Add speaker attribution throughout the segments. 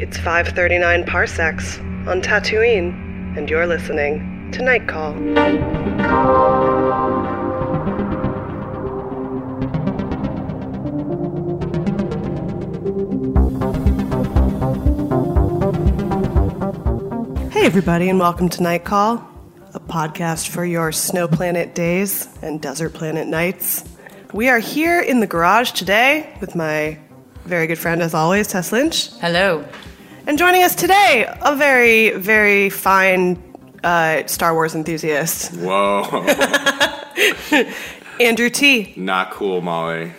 Speaker 1: It's 539 parsecs on Tatooine, and you're listening to Night Call. Hey, everybody, and welcome to Night Call, a podcast for your snow planet days and desert planet nights. We are here in the garage today with my very good friend, as always, Tess Lynch.
Speaker 2: Hello.
Speaker 1: And joining us today, a very, very fine uh, Star Wars enthusiast,
Speaker 3: Whoa.
Speaker 1: Andrew T.
Speaker 3: Not cool, Molly.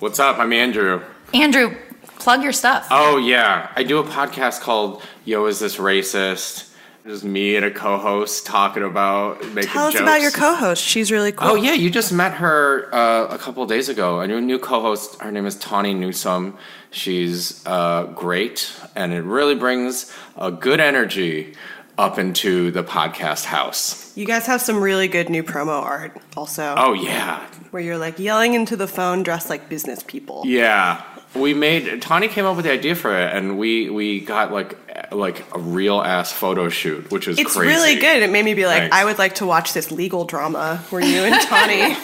Speaker 3: What's up? I'm Andrew.
Speaker 2: Andrew, plug your stuff.
Speaker 3: Oh, yeah. I do a podcast called Yo, Is This Racist? Just me and a co host talking about making
Speaker 1: Tell us
Speaker 3: jokes.
Speaker 1: about your co host. She's really cool.
Speaker 3: Oh, yeah. You just met her uh, a couple days ago. A new, new co host. Her name is Tawny Newsome. She's uh, great, and it really brings a good energy up into the podcast house.
Speaker 1: You guys have some really good new promo art also,
Speaker 3: Oh, yeah.
Speaker 1: where you're like yelling into the phone dressed like business people.
Speaker 3: Yeah, we made Tawny came up with the idea for it, and we we got like a- like a real ass photo shoot, which is
Speaker 1: It's
Speaker 3: crazy.
Speaker 1: really good. It made me be like,
Speaker 3: Thanks.
Speaker 1: I would like to watch this legal drama where you and Tawny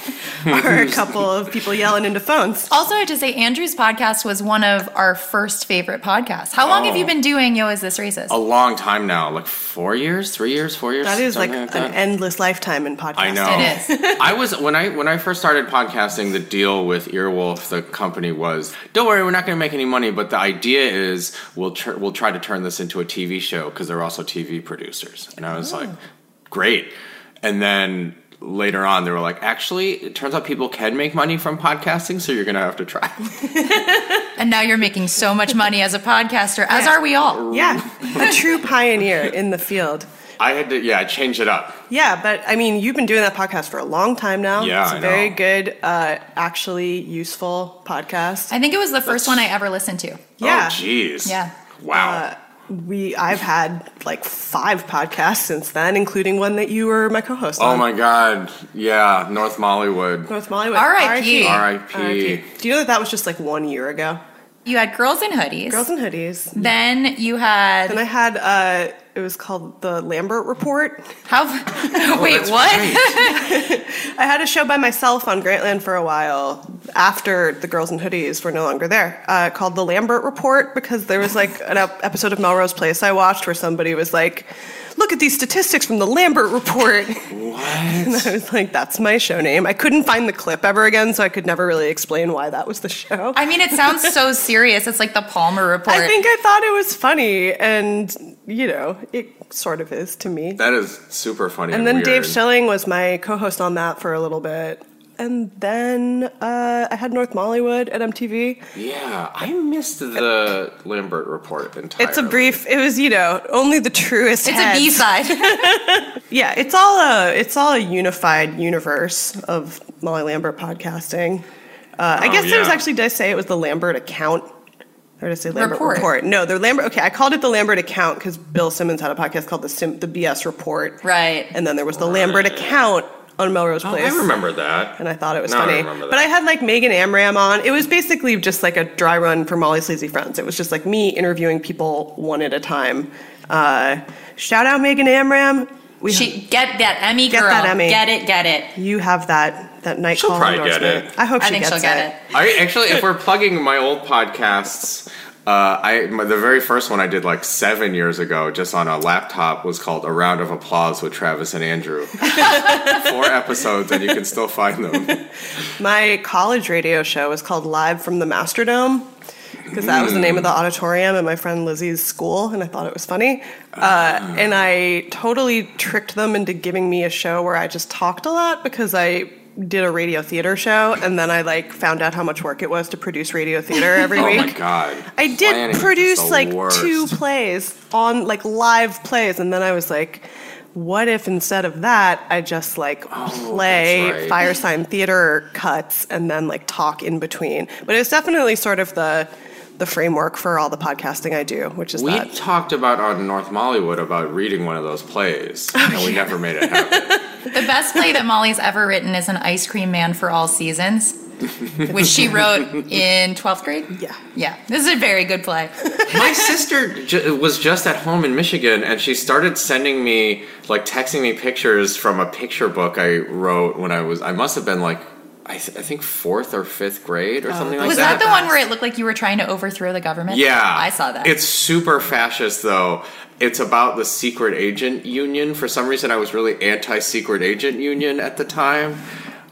Speaker 1: are a couple of people yelling into phones.
Speaker 2: Also, I have to say, Andrew's podcast was one of our first favorite podcasts. How long have you been doing Yo, Is This Racist?
Speaker 3: Oh. A long time now, like four years, three years, four years.
Speaker 1: That is like
Speaker 3: something that.
Speaker 1: an endless lifetime in podcasting.
Speaker 3: I know.
Speaker 2: It is.
Speaker 3: I was when I when I first started podcasting. The deal with Earwolf, the company, was don't worry, we're not going to make any money, but the idea is we'll tr- we'll try to turn this into a TV show because they're also TV producers. And I was like,
Speaker 1: Oh.
Speaker 3: great. And then later on, they were like, actually, it turns out people can make money from podcasting, so you're going to have to try.
Speaker 2: and now you're making so much money as a podcaster, as are we all.
Speaker 1: Yeah, a true pioneer in the field.
Speaker 3: I had to yeah change it up.
Speaker 1: Yeah, but I mean, you've been doing that podcast for a long time now.
Speaker 3: Yeah,
Speaker 1: it's a
Speaker 3: I
Speaker 1: very
Speaker 3: know.
Speaker 1: good, uh, actually useful podcast.
Speaker 2: I think it was the first one I ever listened to.
Speaker 1: yeah,
Speaker 3: Oh, jeez.
Speaker 2: Yeah. Uh,
Speaker 3: Wow.
Speaker 1: we I've had like five podcasts since then, including one that you were my co-host.
Speaker 3: oh
Speaker 1: on,
Speaker 3: my God. Yeah. North Mollywood.
Speaker 1: North Mollywood.
Speaker 2: R.I.P..
Speaker 3: R.I.P.
Speaker 1: Do you know that that was just like one year ago?
Speaker 2: You had Girls in Hoodies.
Speaker 1: Girls in hoodies.
Speaker 2: then you had
Speaker 1: And I had uh, it was called the Lambert Report.
Speaker 2: how? wait,
Speaker 1: Oh,
Speaker 2: what?
Speaker 1: I had a show by myself on Grantland for a while after the girls in hoodies were no longer there, uh, called The Lambert Report, because there was like an ep- episode of Melrose Place I watched where somebody was like, look at these statistics from the Lambert report.
Speaker 3: What?
Speaker 1: I was like, that's my show name. I couldn't find the clip ever again, so I could never really explain why that was the show.
Speaker 2: I mean, it sounds so serious. It's like the Palmer report.
Speaker 1: I think I thought it was funny, and you know, it sort of is to me.
Speaker 3: That is super funny.
Speaker 1: and then
Speaker 3: weird.
Speaker 1: Dave Schilling was my co-host on that for a little bit, and then uh, I had North Mollywood at MTV.
Speaker 3: Yeah, I missed the Lambert report entirely.
Speaker 1: It's a brief. It was you know only the truest.
Speaker 2: it's
Speaker 1: heads.
Speaker 2: a B side.
Speaker 1: Yeah, it's all a it's all a unified universe of Molly Lambert podcasting. Uh, I
Speaker 3: Oh,
Speaker 1: guess it was
Speaker 3: yeah.
Speaker 1: actually did I say it was the Lambert account? Or did I say Lambert
Speaker 2: Report.
Speaker 1: report? No, the Lambert. Okay, I called it the Lambert account because Bill Simmons had a podcast called the Sim, the BS Report,
Speaker 2: right.
Speaker 1: and then there was the Lambert account on Melrose
Speaker 3: Oh,
Speaker 1: Place.
Speaker 3: I remember that.
Speaker 1: And I thought it was
Speaker 3: Now I
Speaker 1: funny,
Speaker 3: remember that.
Speaker 1: but I had like Megan Amram on. It was basically just like a dry run for Molly Sleazy Friends. It was just like me interviewing people one at a time. Uh, shout out Megan Amram. We
Speaker 2: She get that Emmy
Speaker 1: Get
Speaker 2: girl.
Speaker 1: that Emmy.
Speaker 2: Get it. Get it.
Speaker 1: you have that that night
Speaker 3: She'll
Speaker 1: call
Speaker 3: probably get
Speaker 1: endorsement.
Speaker 3: it.
Speaker 1: I hope
Speaker 2: I
Speaker 1: she
Speaker 2: think
Speaker 1: gets
Speaker 2: she'll get it.
Speaker 3: I actually, if we're plugging my old podcasts, uh, I my, the very first one I did like seven years ago, just on a laptop, was called "A Round of Applause with Travis and Andrew." Four episodes, and you can still find them.
Speaker 1: My college radio show was called Live from the Masterdome because that was the name of
Speaker 3: Mm.
Speaker 1: the auditorium at my friend Lizzie's school, and I thought it was funny. Uh,
Speaker 3: Ah.
Speaker 1: and I totally tricked them into giving me a show where I just talked a lot because I did a radio theater show, and then I like found out how much work it was to produce radio theater every
Speaker 3: Oh
Speaker 1: week.
Speaker 3: my god!
Speaker 1: I
Speaker 3: Planning
Speaker 1: did
Speaker 3: is
Speaker 1: produce
Speaker 3: the
Speaker 1: like
Speaker 3: worst.
Speaker 1: two plays on like live plays, and then I was like, what if instead of that, I just like play
Speaker 3: Oh, that's right.
Speaker 1: fire sign theater cuts and then like talk in between? But it's definitely sort of the the framework for all the podcasting I do, which is
Speaker 3: We
Speaker 1: that.
Speaker 3: talked about on North Mollywood about reading one of those plays,
Speaker 1: Oh,
Speaker 3: and we never made it happen.
Speaker 2: The best play that Molly's ever written is an ice cream man for all seasons, which she wrote in 12th grade.
Speaker 1: Yeah.
Speaker 2: Yeah. This is a very good play.
Speaker 3: My sister ju- was just at home in Michigan, and she started sending me, like, texting me pictures from a picture book I wrote when I was. I must have been like, I, th- I think fourth or fifth grade or something like
Speaker 2: Oh, Was that
Speaker 3: that.
Speaker 2: the one where it looked like you were trying to overthrow the government?
Speaker 3: Yeah,
Speaker 2: I saw that.
Speaker 3: It's super fascist, though. It's about the secret agent union. For some reason, I was really anti-secret agent union at the time,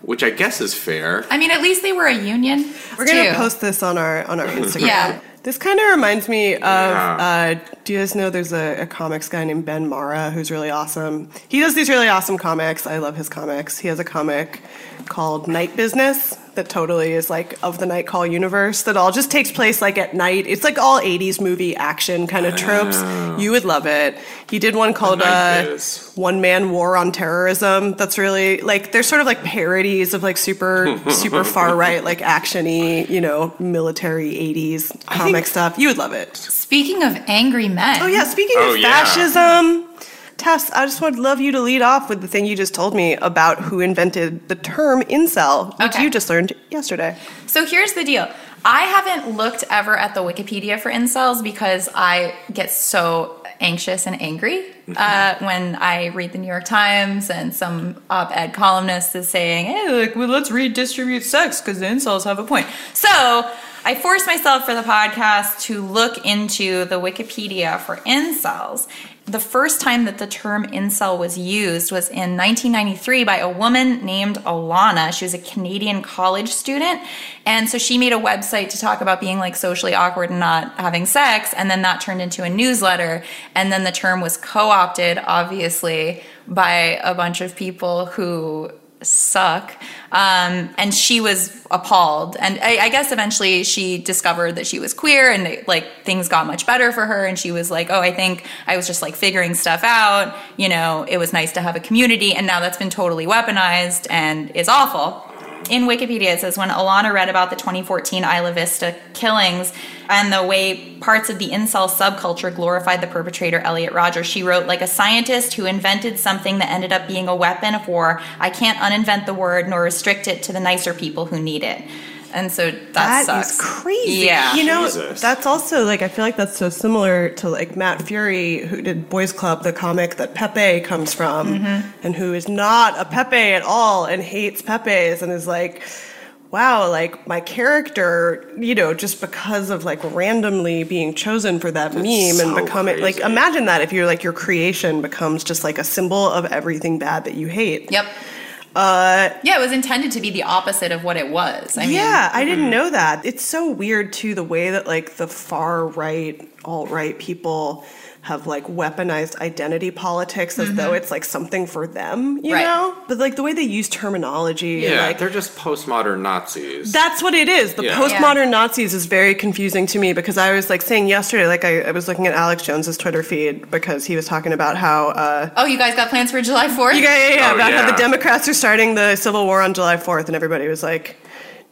Speaker 3: which I guess is fair.
Speaker 2: I mean, at least they were a union.
Speaker 1: We're gonna
Speaker 2: too.
Speaker 1: post this on our on our Instagram.
Speaker 2: Yeah.
Speaker 1: This kind of reminds me of.
Speaker 3: Yeah.
Speaker 1: Uh, do you guys know there's a, a comics guy named Ben Mara who's really awesome? He does these really awesome comics. I love his comics. He has a comic called Night Business that totally is like of the Night Call universe that all just takes place like at night. It's like all 80s movie action kind of tropes. You would love it. He did one called
Speaker 3: Oh. Night
Speaker 1: uh,
Speaker 3: Biz.
Speaker 1: one man war on terrorism that's really like they're sort of like parodies of like super super far right like actiony you know military 80s comic stuff you would love it
Speaker 2: Speaking of angry men.
Speaker 1: oh yeah speaking
Speaker 3: Oh,
Speaker 1: of
Speaker 3: yeah.
Speaker 1: fascism tess i just would love you to lead off with the thing you just told me about who invented the term incel which
Speaker 2: Okay.
Speaker 1: you just learned yesterday
Speaker 2: So here's the deal. I haven't looked ever at the Wikipedia for incels because I get so anxious and angry
Speaker 3: Mm-hmm.
Speaker 2: uh, when I read the New York Times and some op-ed columnist is saying, "Hey, like, well, let's redistribute sex because incels have a point." So I forced myself for the podcast to look into the Wikipedia for incels. The first time that the term incel was used was in 1993 by a woman named Alana. She was a Canadian college student. And so she made a website to talk about being like socially awkward and not having sex. And then that turned into a newsletter. And then the term was co opted, obviously, by a bunch of people who suck. Um, and she was appalled. And I, I guess eventually she discovered that she was queer and it, like things got much better for her. And she was like, oh, I think I was just like figuring stuff out. You know, it was nice to have a community. And now that's been totally weaponized and is awful. In Wikipedia, it says when Alana read about the 2014 Isla Vista killings and the way parts of the incel subculture glorified the perpetrator Elliot Rogers, she wrote, like a scientist who invented something that ended up being a weapon of war, I can't uninvent the word nor restrict it to the nicer people who need it. And so that,
Speaker 1: That is
Speaker 2: sucks.
Speaker 1: crazy.
Speaker 2: Yeah.
Speaker 1: You know,
Speaker 3: Jesus.
Speaker 1: that's also like I feel like that's so similar to like Matt Fury who did Boys Club, the comic that Pepe comes
Speaker 2: Mm-hmm.
Speaker 1: from and who is not a Pepe at all and hates Pepe's and is like wow, like my character, you know, just because of like randomly being chosen for that meme
Speaker 3: so
Speaker 1: and becoming like
Speaker 3: crazy.
Speaker 1: imagine that if you're like your creation becomes just like a symbol of everything bad that you hate.
Speaker 2: Yep.
Speaker 1: Uh,
Speaker 2: Yeah, it was intended to be the opposite of what it was. I mean,
Speaker 1: yeah, I didn't know that. It's so weird too the way that like the far right, alt right people have like weaponized identity politics as
Speaker 3: Mm-hmm.
Speaker 1: though it's like something for them, you
Speaker 2: Right.
Speaker 1: know? But like the way they use terminology, and,
Speaker 3: Yeah,
Speaker 1: like
Speaker 3: they're just postmodern Nazis.
Speaker 1: that's what it is. The
Speaker 3: Yeah.
Speaker 1: postmodern Nazis is very confusing to me because I was like saying yesterday, like I, I was looking at Alex Jones's Twitter feed because he was talking about how uh,
Speaker 2: oh, you guys got plans for July 4th?
Speaker 1: yeah, yeah, yeah,
Speaker 3: Oh,
Speaker 1: about how
Speaker 3: yeah.
Speaker 1: the Democrats are starting the Civil War on July 4th, and everybody was like,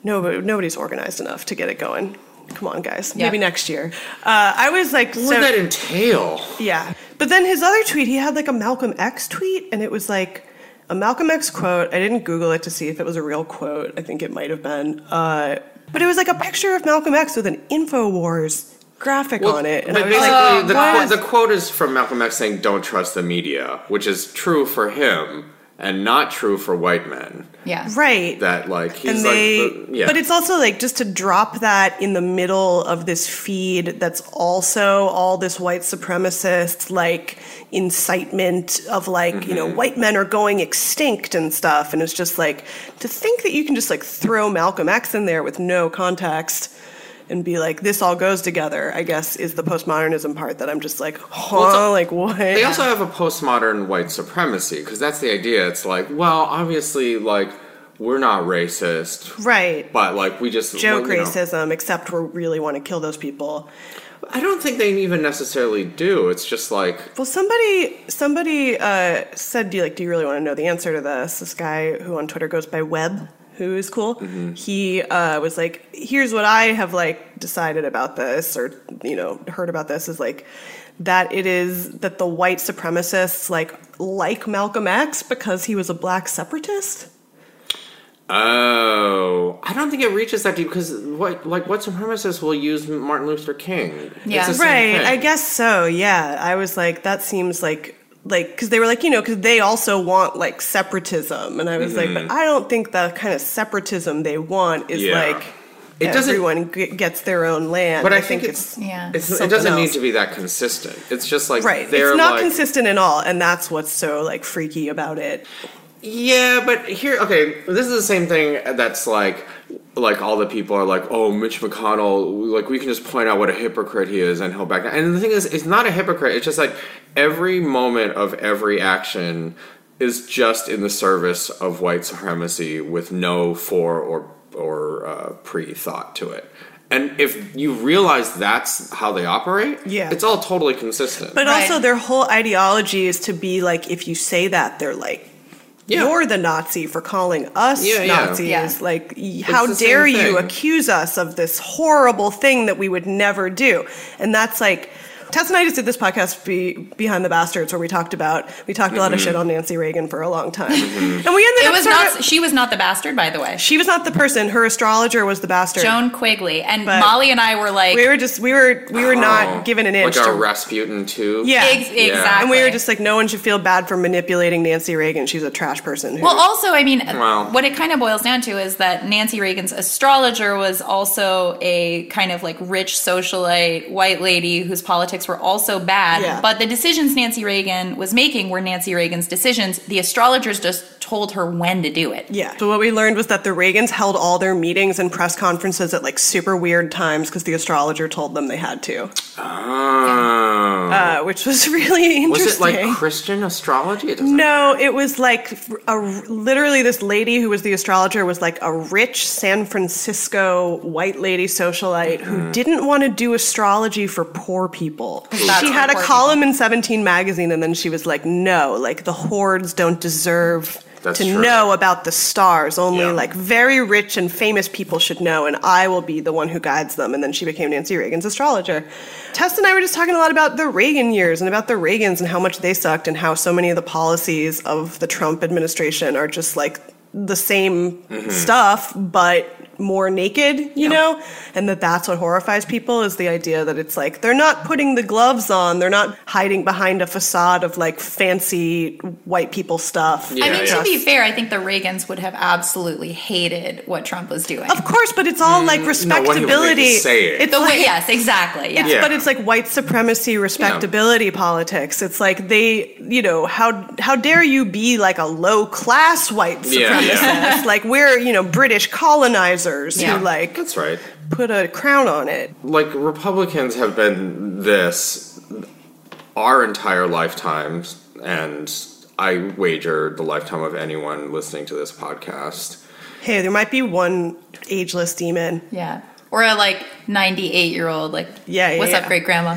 Speaker 1: nobody, nobody's organized enough to get it going. Come on, guys.
Speaker 2: Yeah.
Speaker 1: Maybe next year. Uh, I was like,
Speaker 3: what
Speaker 1: so-
Speaker 3: would that entail?
Speaker 1: yeah. But then his other tweet, he had like a Malcolm X tweet, and it was like a Malcolm X quote. I didn't Google it to see if it was a real quote. I think it might have been. Uh, but it was like a picture of Malcolm X with an InfoWars graphic on it. And I
Speaker 3: but
Speaker 1: was
Speaker 3: basically,
Speaker 1: like,
Speaker 3: the,
Speaker 1: what
Speaker 3: quote,
Speaker 1: is-
Speaker 3: the quote is from Malcolm X saying, "Don't trust the media," which is true for him and not true for white men.
Speaker 2: Yeah.
Speaker 1: right.
Speaker 3: That like he's
Speaker 1: and
Speaker 3: like,
Speaker 1: they
Speaker 3: the- yeah,
Speaker 1: but it's also like just to drop that in the middle of this feed that's also all this white supremacist like incitement of like you
Speaker 3: Mm-hmm.
Speaker 1: know white men are going extinct and stuff and it's just like to think that you can just like throw malcolm x in there with no context and be like this all goes together i guess is the postmodernism part that i'm just like huh
Speaker 3: it's a-
Speaker 1: like what
Speaker 3: They also have a postmodern white supremacy because that's the idea. It's like, well, obviously, like we're not racist,
Speaker 1: right
Speaker 3: but like we just
Speaker 1: joke
Speaker 3: you know-
Speaker 1: racism except we really want to kill those people
Speaker 3: I don't think they even necessarily do. It's just like
Speaker 1: Well, somebody somebody uh, said, "Do you like? Do you really want to know the answer to this?" This guy who on Twitter goes by Web, who is cool. He uh, was like, "Here's what I have like decided about this, or you know, heard about this is like that it is that the white supremacists like like Malcolm X because he was a black separatist."
Speaker 3: Oh, I don't think it reaches that deep because what, like, what supremacists will use Martin Luther King?
Speaker 2: Yeah.
Speaker 3: It's the same
Speaker 1: right
Speaker 3: thing.
Speaker 1: i guess so yeah i was like that seems like like because they were like you know because they also want like separatism and i was like but i don't think the kind of separatism they want is
Speaker 3: Mm-hmm. Yeah.
Speaker 1: like
Speaker 3: It doesn't-
Speaker 1: everyone g- gets their own land
Speaker 3: but I, think, it's,
Speaker 2: yeah.
Speaker 3: it's it
Speaker 1: something
Speaker 3: doesn't need
Speaker 1: else.
Speaker 3: to be that consistent. It's just like
Speaker 1: right
Speaker 3: they're
Speaker 1: it's not
Speaker 3: like,
Speaker 1: consistent at all and that's what's so like freaky about it
Speaker 3: Yeah, but here, okay, this is the same thing that's like, like all the people are like, oh, Mitch McConnell, like we can just point out what a hypocrite he is, and he'll back down. And the thing is, it's not a hypocrite. It's just like every moment of every action is just in the service of white supremacy with no fore or or uh, pre thought to it. And if you realize that's how they operate,
Speaker 1: Yeah.
Speaker 3: it's all totally consistent.
Speaker 1: but
Speaker 2: Right.
Speaker 1: also their whole ideology is to be like if you say that they're like
Speaker 3: Yeah.
Speaker 1: You're the Nazi for calling us
Speaker 3: Yeah, yeah.
Speaker 1: Nazis.
Speaker 2: Yeah.
Speaker 1: Like, y- how
Speaker 3: the same
Speaker 1: dare you
Speaker 3: thing.
Speaker 1: accuse us of this horrible thing that we would never do? And that's like, Tess and I just did this podcast, be, Behind the Bastards, where we talked about we talked a lot of
Speaker 3: Mm-hmm.
Speaker 1: shit on Nancy Reagan for a long time, and we ended
Speaker 2: It
Speaker 1: up.
Speaker 2: was
Speaker 1: sort
Speaker 2: not,
Speaker 1: of-
Speaker 2: she was not the bastard, by the way.
Speaker 1: she was not the person. Her astrologer was the bastard.
Speaker 2: Joan Quigley. And
Speaker 1: But-
Speaker 2: Molly and I were like,
Speaker 1: We were just we were we were not given an inch.
Speaker 3: Oh, Like
Speaker 1: to-
Speaker 3: our Rasputin too.
Speaker 1: yeah,
Speaker 2: Ex-
Speaker 3: Yeah.
Speaker 2: exactly.
Speaker 1: and we were just like, no one should feel bad for manipulating Nancy Reagan. She's a trash person. Who,
Speaker 2: Well, also, I mean,
Speaker 3: Wow.
Speaker 2: what it kind of boils down to is that Nancy Reagan's astrologer was also a kind of like rich socialite white lady whose politics were also bad.
Speaker 1: Yeah.
Speaker 2: But the decisions Nancy Reagan was making were Nancy Reagan's decisions. The astrologers just told her when to do it.
Speaker 1: Yeah. So what we learned was that the Reagans held all their meetings and press conferences at like super weird times because the astrologer told them they had to,
Speaker 3: Oh.
Speaker 1: uh, which was really interesting.
Speaker 3: Was it like Christian astrology? It doesn't
Speaker 1: no, it was like a, literally this lady who was the astrologer was like a rich San Francisco white lady socialite
Speaker 3: Mm-hmm.
Speaker 1: who didn't want to do astrology for poor people.
Speaker 2: That's
Speaker 1: she had a
Speaker 2: important.
Speaker 1: column in 17 magazine and then she was like no like the hordes don't deserve
Speaker 3: That's
Speaker 1: to
Speaker 3: true.
Speaker 1: know about the stars only
Speaker 3: Yeah.
Speaker 1: like very rich and famous people should know and i will be the one who guides them and then she became nancy reagan's astrologer tess and i were just talking a lot about the reagan years and about the reagans and how much they sucked and how so many of the policies of the trump administration are just like the same stuff but more naked, you know? And that that's what horrifies people is the idea that it's like they're not putting the gloves on, they're not hiding behind a facade of like fancy white people stuff.
Speaker 2: I mean,
Speaker 3: yeah.
Speaker 2: to be fair, I think the Reagans would have absolutely hated what Trump was doing.
Speaker 1: Of course, but it's all like
Speaker 3: Mm, no, what he- they
Speaker 1: respectability.
Speaker 3: just say it.
Speaker 1: It's
Speaker 2: the
Speaker 1: like-
Speaker 2: way, yes, exactly. Yeah.
Speaker 3: Yeah.
Speaker 1: But it's like white supremacy, respectability politics. It's like they, you know, how how dare you be like a low class white
Speaker 3: Yeah,
Speaker 1: supremacist?
Speaker 3: yeah.
Speaker 1: like we're you know British colonizers
Speaker 2: Yeah.
Speaker 1: who like
Speaker 3: That's right.
Speaker 1: put a crown on it.
Speaker 3: Like Republicans have been this our entire lifetimes, and I wager the lifetime of anyone listening to this podcast.
Speaker 1: Hey, there might be one ageless demon.
Speaker 2: Yeah. Or a like 98 year old, like,
Speaker 1: Yeah, yeah,
Speaker 2: what's
Speaker 1: yeah.
Speaker 2: up, great grandma?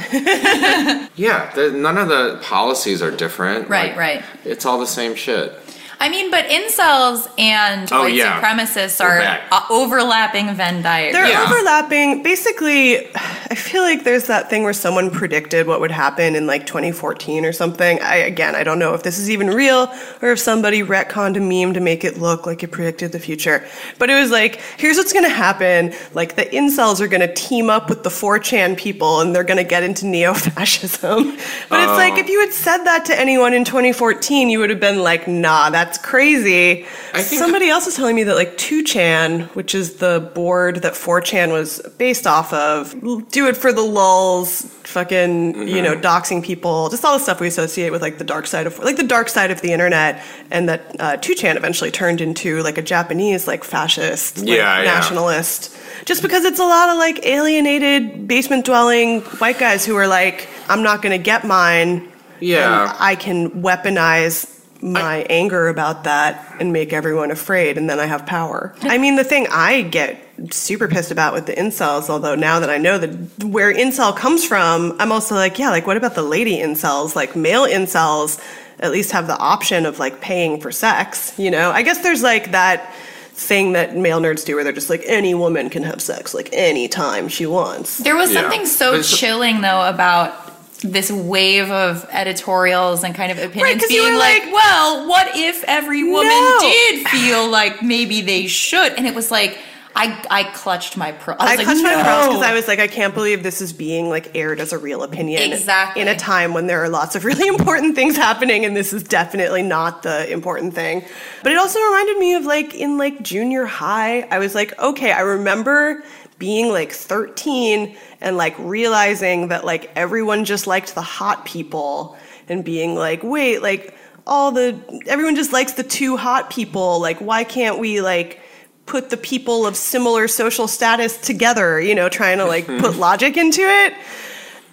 Speaker 3: Yeah, the, none of the policies are different.
Speaker 2: Right,
Speaker 3: Like,
Speaker 2: right.
Speaker 3: It's all the same shit.
Speaker 2: I mean, but incels and
Speaker 3: Oh,
Speaker 2: white
Speaker 3: yeah.
Speaker 2: supremacists
Speaker 3: Go
Speaker 2: are
Speaker 3: back.
Speaker 2: uh, overlapping Venn diagram.
Speaker 1: They're
Speaker 3: Yeah.
Speaker 1: overlapping. Basically, I feel like there's that thing where someone predicted what would happen in like 2014 or something. I again, I don't know if this is even real or if somebody retconned a meme to make it look like it predicted the future. But it was like, here's what's going to happen: like the incels are going to team up with the 4chan people and they're going to get into neo-fascism. But it's like if you had said that to anyone in 2014, you would have been like, nah, that's crazy.
Speaker 3: I think-
Speaker 1: Somebody else was telling me that like 2chan, which is the board that 4chan was based off of, l- do it for the lulls, fucking, you
Speaker 3: Mm-hmm.
Speaker 1: know, doxing people, just all the stuff we associate with like the dark side of like the dark side of the internet and that uh, 2chan eventually turned into like a Japanese like fascist like,
Speaker 3: Yeah, yeah.
Speaker 1: nationalist. Just because it's a lot of like alienated basement dwelling white guys who are like, I'm not going to get mine.
Speaker 3: Yeah.
Speaker 1: And I can weaponize my anger about that and make everyone afraid, and then I have power. I mean, the thing I get super pissed about with the incels, although now that I know that where incel comes from, I'm also like, yeah, like what about the lady incels? Like male incels at least have the option of like paying for sex, you know? I guess there's like that thing that male nerds do where they're just like any woman can have sex like any time she wants.
Speaker 2: There was
Speaker 3: Yeah.
Speaker 2: something so
Speaker 3: There's-
Speaker 2: chilling though about this wave of editorials and kind of opinions
Speaker 1: 'cause you
Speaker 2: being
Speaker 1: were
Speaker 2: like,
Speaker 1: like,
Speaker 2: well, what if every woman
Speaker 1: No.
Speaker 2: did feel like maybe they should? And it was like, I, I clutched my pearl. I,
Speaker 1: I
Speaker 2: was like,
Speaker 1: clutched my pearls because
Speaker 2: "No."
Speaker 1: I was like, I can't believe this is being like aired as a real opinion.
Speaker 2: Exactly.
Speaker 1: In a time when there are lots of really important things happening, and this is definitely not the important thing. But it also reminded me of like in like junior high, I was like, okay, I remember being like 13 and like realizing that like everyone just liked the hot people and being like, wait, like all the everyone just likes the two hot people. Like, why can't we like put the people of similar social status together, you know, trying to like put logic into it.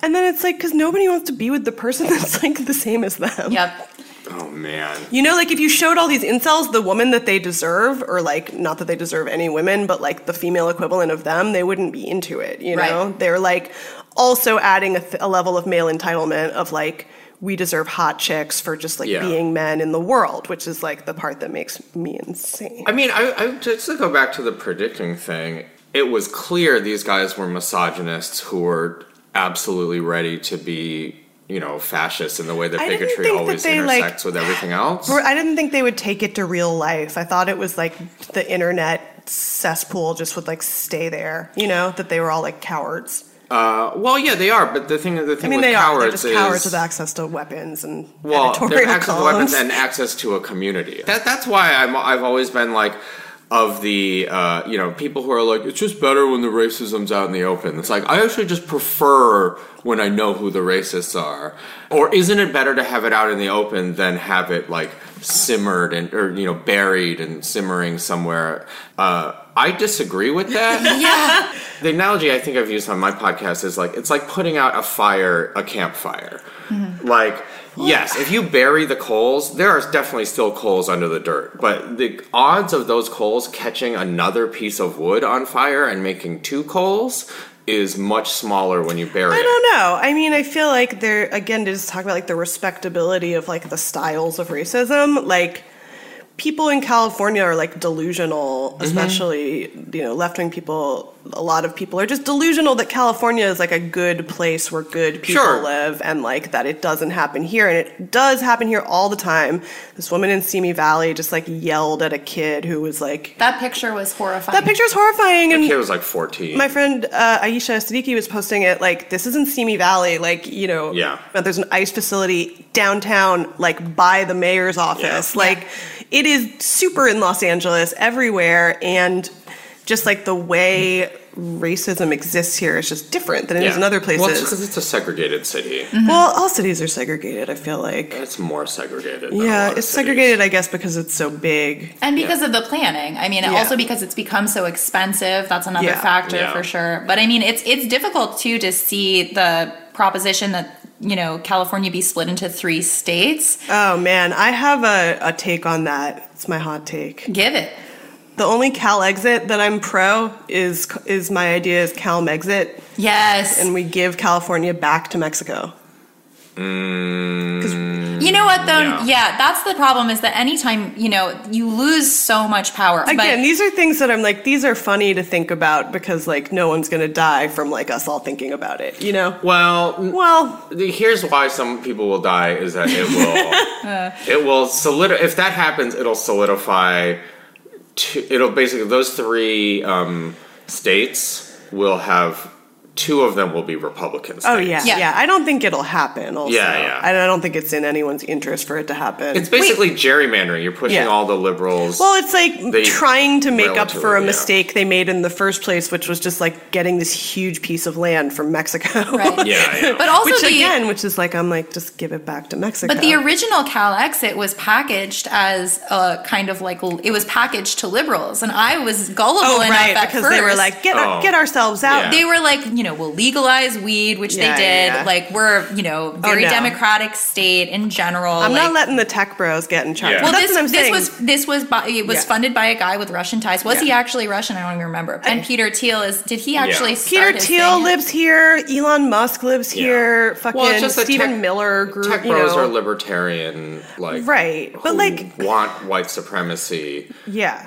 Speaker 1: And then it's like, because nobody wants to be with the person that's like the same as them.
Speaker 2: Yep.
Speaker 3: Oh man.
Speaker 1: You know, like if you showed all these incels the woman that they deserve, or like not that they deserve any women, but like the female equivalent of them, they wouldn't be into it, you
Speaker 2: Right.
Speaker 1: know? They're like also adding a, th- a level of male entitlement of like, we deserve hot chicks for just like
Speaker 3: Yeah.
Speaker 1: being men in the world, which is like the part that makes me insane.
Speaker 3: I mean, I, I just to go back to the predicting thing. It was clear these guys were misogynists who were absolutely ready to be, you know, fascists in the way that
Speaker 1: I didn't
Speaker 3: bigotry
Speaker 1: think that
Speaker 3: always
Speaker 1: they, like-
Speaker 3: intersects with everything else.
Speaker 1: Or I didn't think they would take it to real life. I thought it was like the internet cesspool just would like stay there, you know, that they were all like cowards.
Speaker 3: Uh, well, yeah, they are. But the thing, the thing
Speaker 1: I mean,
Speaker 3: with
Speaker 1: they are. They're
Speaker 3: cowards
Speaker 1: just cowards
Speaker 3: is
Speaker 1: with access to weapons and
Speaker 3: well,
Speaker 1: editorial
Speaker 3: they're access to
Speaker 1: columns.
Speaker 3: weapons and access to a community. That, that's why I'm, I've always been like of the uh, you know people who are like it's just better when the racism's out in the open. It's like I actually just prefer when I know who the racists are. Or isn't it better to have it out in the open than have it like simmered and or you know buried and simmering somewhere? Uh, I disagree with that.
Speaker 2: Yeah.
Speaker 3: The analogy I think I've used on my podcast is like it's like putting out a fire, a campfire.
Speaker 1: Mm-hmm.
Speaker 3: Like yes, if you bury the coals, there are definitely still coals under the dirt, but the odds of those coals catching another piece of wood on fire and making two coals is much smaller when you bury
Speaker 1: I
Speaker 3: it.
Speaker 1: don't know. I mean, I feel like they're again to just talk about like the respectability of like the styles of racism. Like people in California are like delusional, especially you know left wing people. A lot of people are just delusional that California is like a good place where good people
Speaker 3: Sure.
Speaker 1: live, and like that it doesn't happen here, and it does happen here all the time. This woman in Simi Valley just like yelled at a kid who was like,
Speaker 2: That picture was horrifying.
Speaker 1: "That picture's horrifying," and
Speaker 3: Kid was like 14.
Speaker 1: my friend uh, Aisha Siddiqui was posting it like this is in Simi Valley, like you know,
Speaker 3: Yeah.
Speaker 1: but there's an ice facility downtown, like by the mayor's office.
Speaker 3: Yeah.
Speaker 1: Like it is super in Los Angeles, everywhere, and just like the way racism exists here is just different than it is in other places.
Speaker 3: Well,
Speaker 1: Mm-hmm.
Speaker 3: it's Mhm. because it's a segregated city.
Speaker 1: Well, all cities are segregated. I feel like.
Speaker 3: It's more segregated. than a lot
Speaker 1: Yeah,
Speaker 3: of
Speaker 1: it's
Speaker 3: cities.
Speaker 1: segregated, I guess, because it's so big.
Speaker 2: and because of the planning. I mean, and
Speaker 1: Yeah.
Speaker 2: also because it's become so expensive. That's another
Speaker 1: Yeah.
Speaker 2: factor
Speaker 3: Yeah.
Speaker 2: for sure. But I mean, it's it's difficult too to see the proposition that you know California be split into three states.
Speaker 1: Oh man, I have a, a take on that. It's my hot take.
Speaker 2: Give it.
Speaker 1: The only Cal exit that I'm pro is is my idea is Cal exit,
Speaker 2: Yes.
Speaker 1: and we give California back to Mexico.
Speaker 3: Mm.
Speaker 2: You know what though?
Speaker 3: Yeah.
Speaker 2: Yeah. that's the problem is that anytime, you know, you lose so much power.
Speaker 1: Again,
Speaker 2: but
Speaker 1: these are things that I'm like, these are funny to think about because like no one's gonna die from like us all thinking about it, you know?
Speaker 3: Well, n-
Speaker 1: Well,
Speaker 3: the- here's why some people will die is that it will it will solidify if that happens it'll solidify two, it'll basically those three um, states will have two of them will be republican states.
Speaker 1: oh yeah, yeah,
Speaker 2: Yeah.
Speaker 1: I don't think it'll happen. Also,
Speaker 3: Yeah, yeah.
Speaker 1: I I don't think it's in anyone's interest for it to happen.
Speaker 3: it's basically gerrymandering you're pushing
Speaker 1: Yeah.
Speaker 3: all the liberals
Speaker 1: well, it's like
Speaker 3: They-
Speaker 1: trying to make up for
Speaker 3: relatively,
Speaker 1: a
Speaker 3: yeah.
Speaker 1: mistake they made in the first place, which was just like getting this huge piece of land from Mexico.
Speaker 2: Right.
Speaker 3: yeah, yeah.
Speaker 2: But also
Speaker 1: which
Speaker 2: the
Speaker 1: again, which is like I'm like just give it back to Mexico.
Speaker 2: but the original Cal exit was packaged as a kind of like it was packaged to liberals and I was gullible
Speaker 1: oh
Speaker 2: enough
Speaker 1: right
Speaker 2: at
Speaker 1: because
Speaker 2: first.
Speaker 1: they were like get our,
Speaker 3: Oh.
Speaker 1: get ourselves out.
Speaker 3: Yeah.
Speaker 2: they were like, you know, we'll legalize weed, which
Speaker 1: Yeah,
Speaker 2: they did.
Speaker 1: yeah. Oh,
Speaker 2: Like we're, you know, very
Speaker 1: no.
Speaker 2: democratic state in general.
Speaker 1: I'm
Speaker 2: like,
Speaker 1: not letting the tech bros get in charge.
Speaker 3: Yeah.
Speaker 1: Well,
Speaker 2: Well,
Speaker 1: that's
Speaker 2: this,
Speaker 1: what I'm
Speaker 2: this
Speaker 1: saying.
Speaker 2: was this was by, it was
Speaker 1: Yeah.
Speaker 2: funded by a guy with Russian ties. Was he
Speaker 1: Yeah.
Speaker 2: actually Russian? I don't even remember. And Peter Thiel is. Did he actually?
Speaker 1: Peter
Speaker 2: start his
Speaker 1: Thiel
Speaker 2: thing?
Speaker 1: lives here. Elon Musk lives here. Fucking
Speaker 3: Well, it's just the
Speaker 1: Stephen
Speaker 3: tech-
Speaker 1: Miller group.
Speaker 3: tech
Speaker 1: you
Speaker 3: bros
Speaker 1: know.
Speaker 3: are libertarian like
Speaker 1: Right, but,
Speaker 3: who
Speaker 1: like-
Speaker 3: want white supremacy
Speaker 1: Yeah.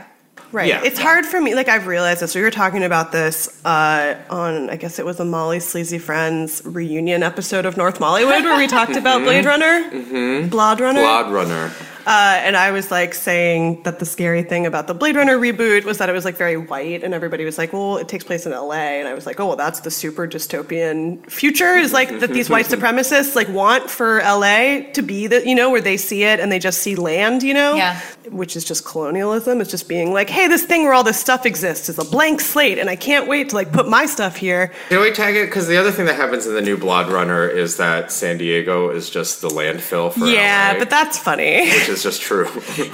Speaker 1: Right.
Speaker 3: Yeah.
Speaker 1: It's hard for me. Like, I've realized this. We were talking about this uh, on, I guess it was a Molly Sleazy Friends reunion episode of North Mollywood where we talked about Blade Runner, mm-hmm. Blood Runner.
Speaker 3: blood runner
Speaker 1: Uh, and I was like saying that the scary thing about the Blade Runner reboot was that it was like very white, and everybody was like, "Well, it takes place in L.A." And I was like, "Oh, well, that's the super dystopian future is like that these white supremacists like want for L.A. to be the you know where they see it and they just see land, you know,
Speaker 2: Yeah.
Speaker 1: which is just colonialism. It's just being like, hey, this thing where all this stuff exists is a blank slate, and I can't wait to like put my stuff here.
Speaker 3: Can we tag it? Because the other thing that happens in the new Blood Runner is that San Diego is just the landfill for
Speaker 1: yeah,
Speaker 3: LA,
Speaker 1: but that's funny.
Speaker 3: which is just true.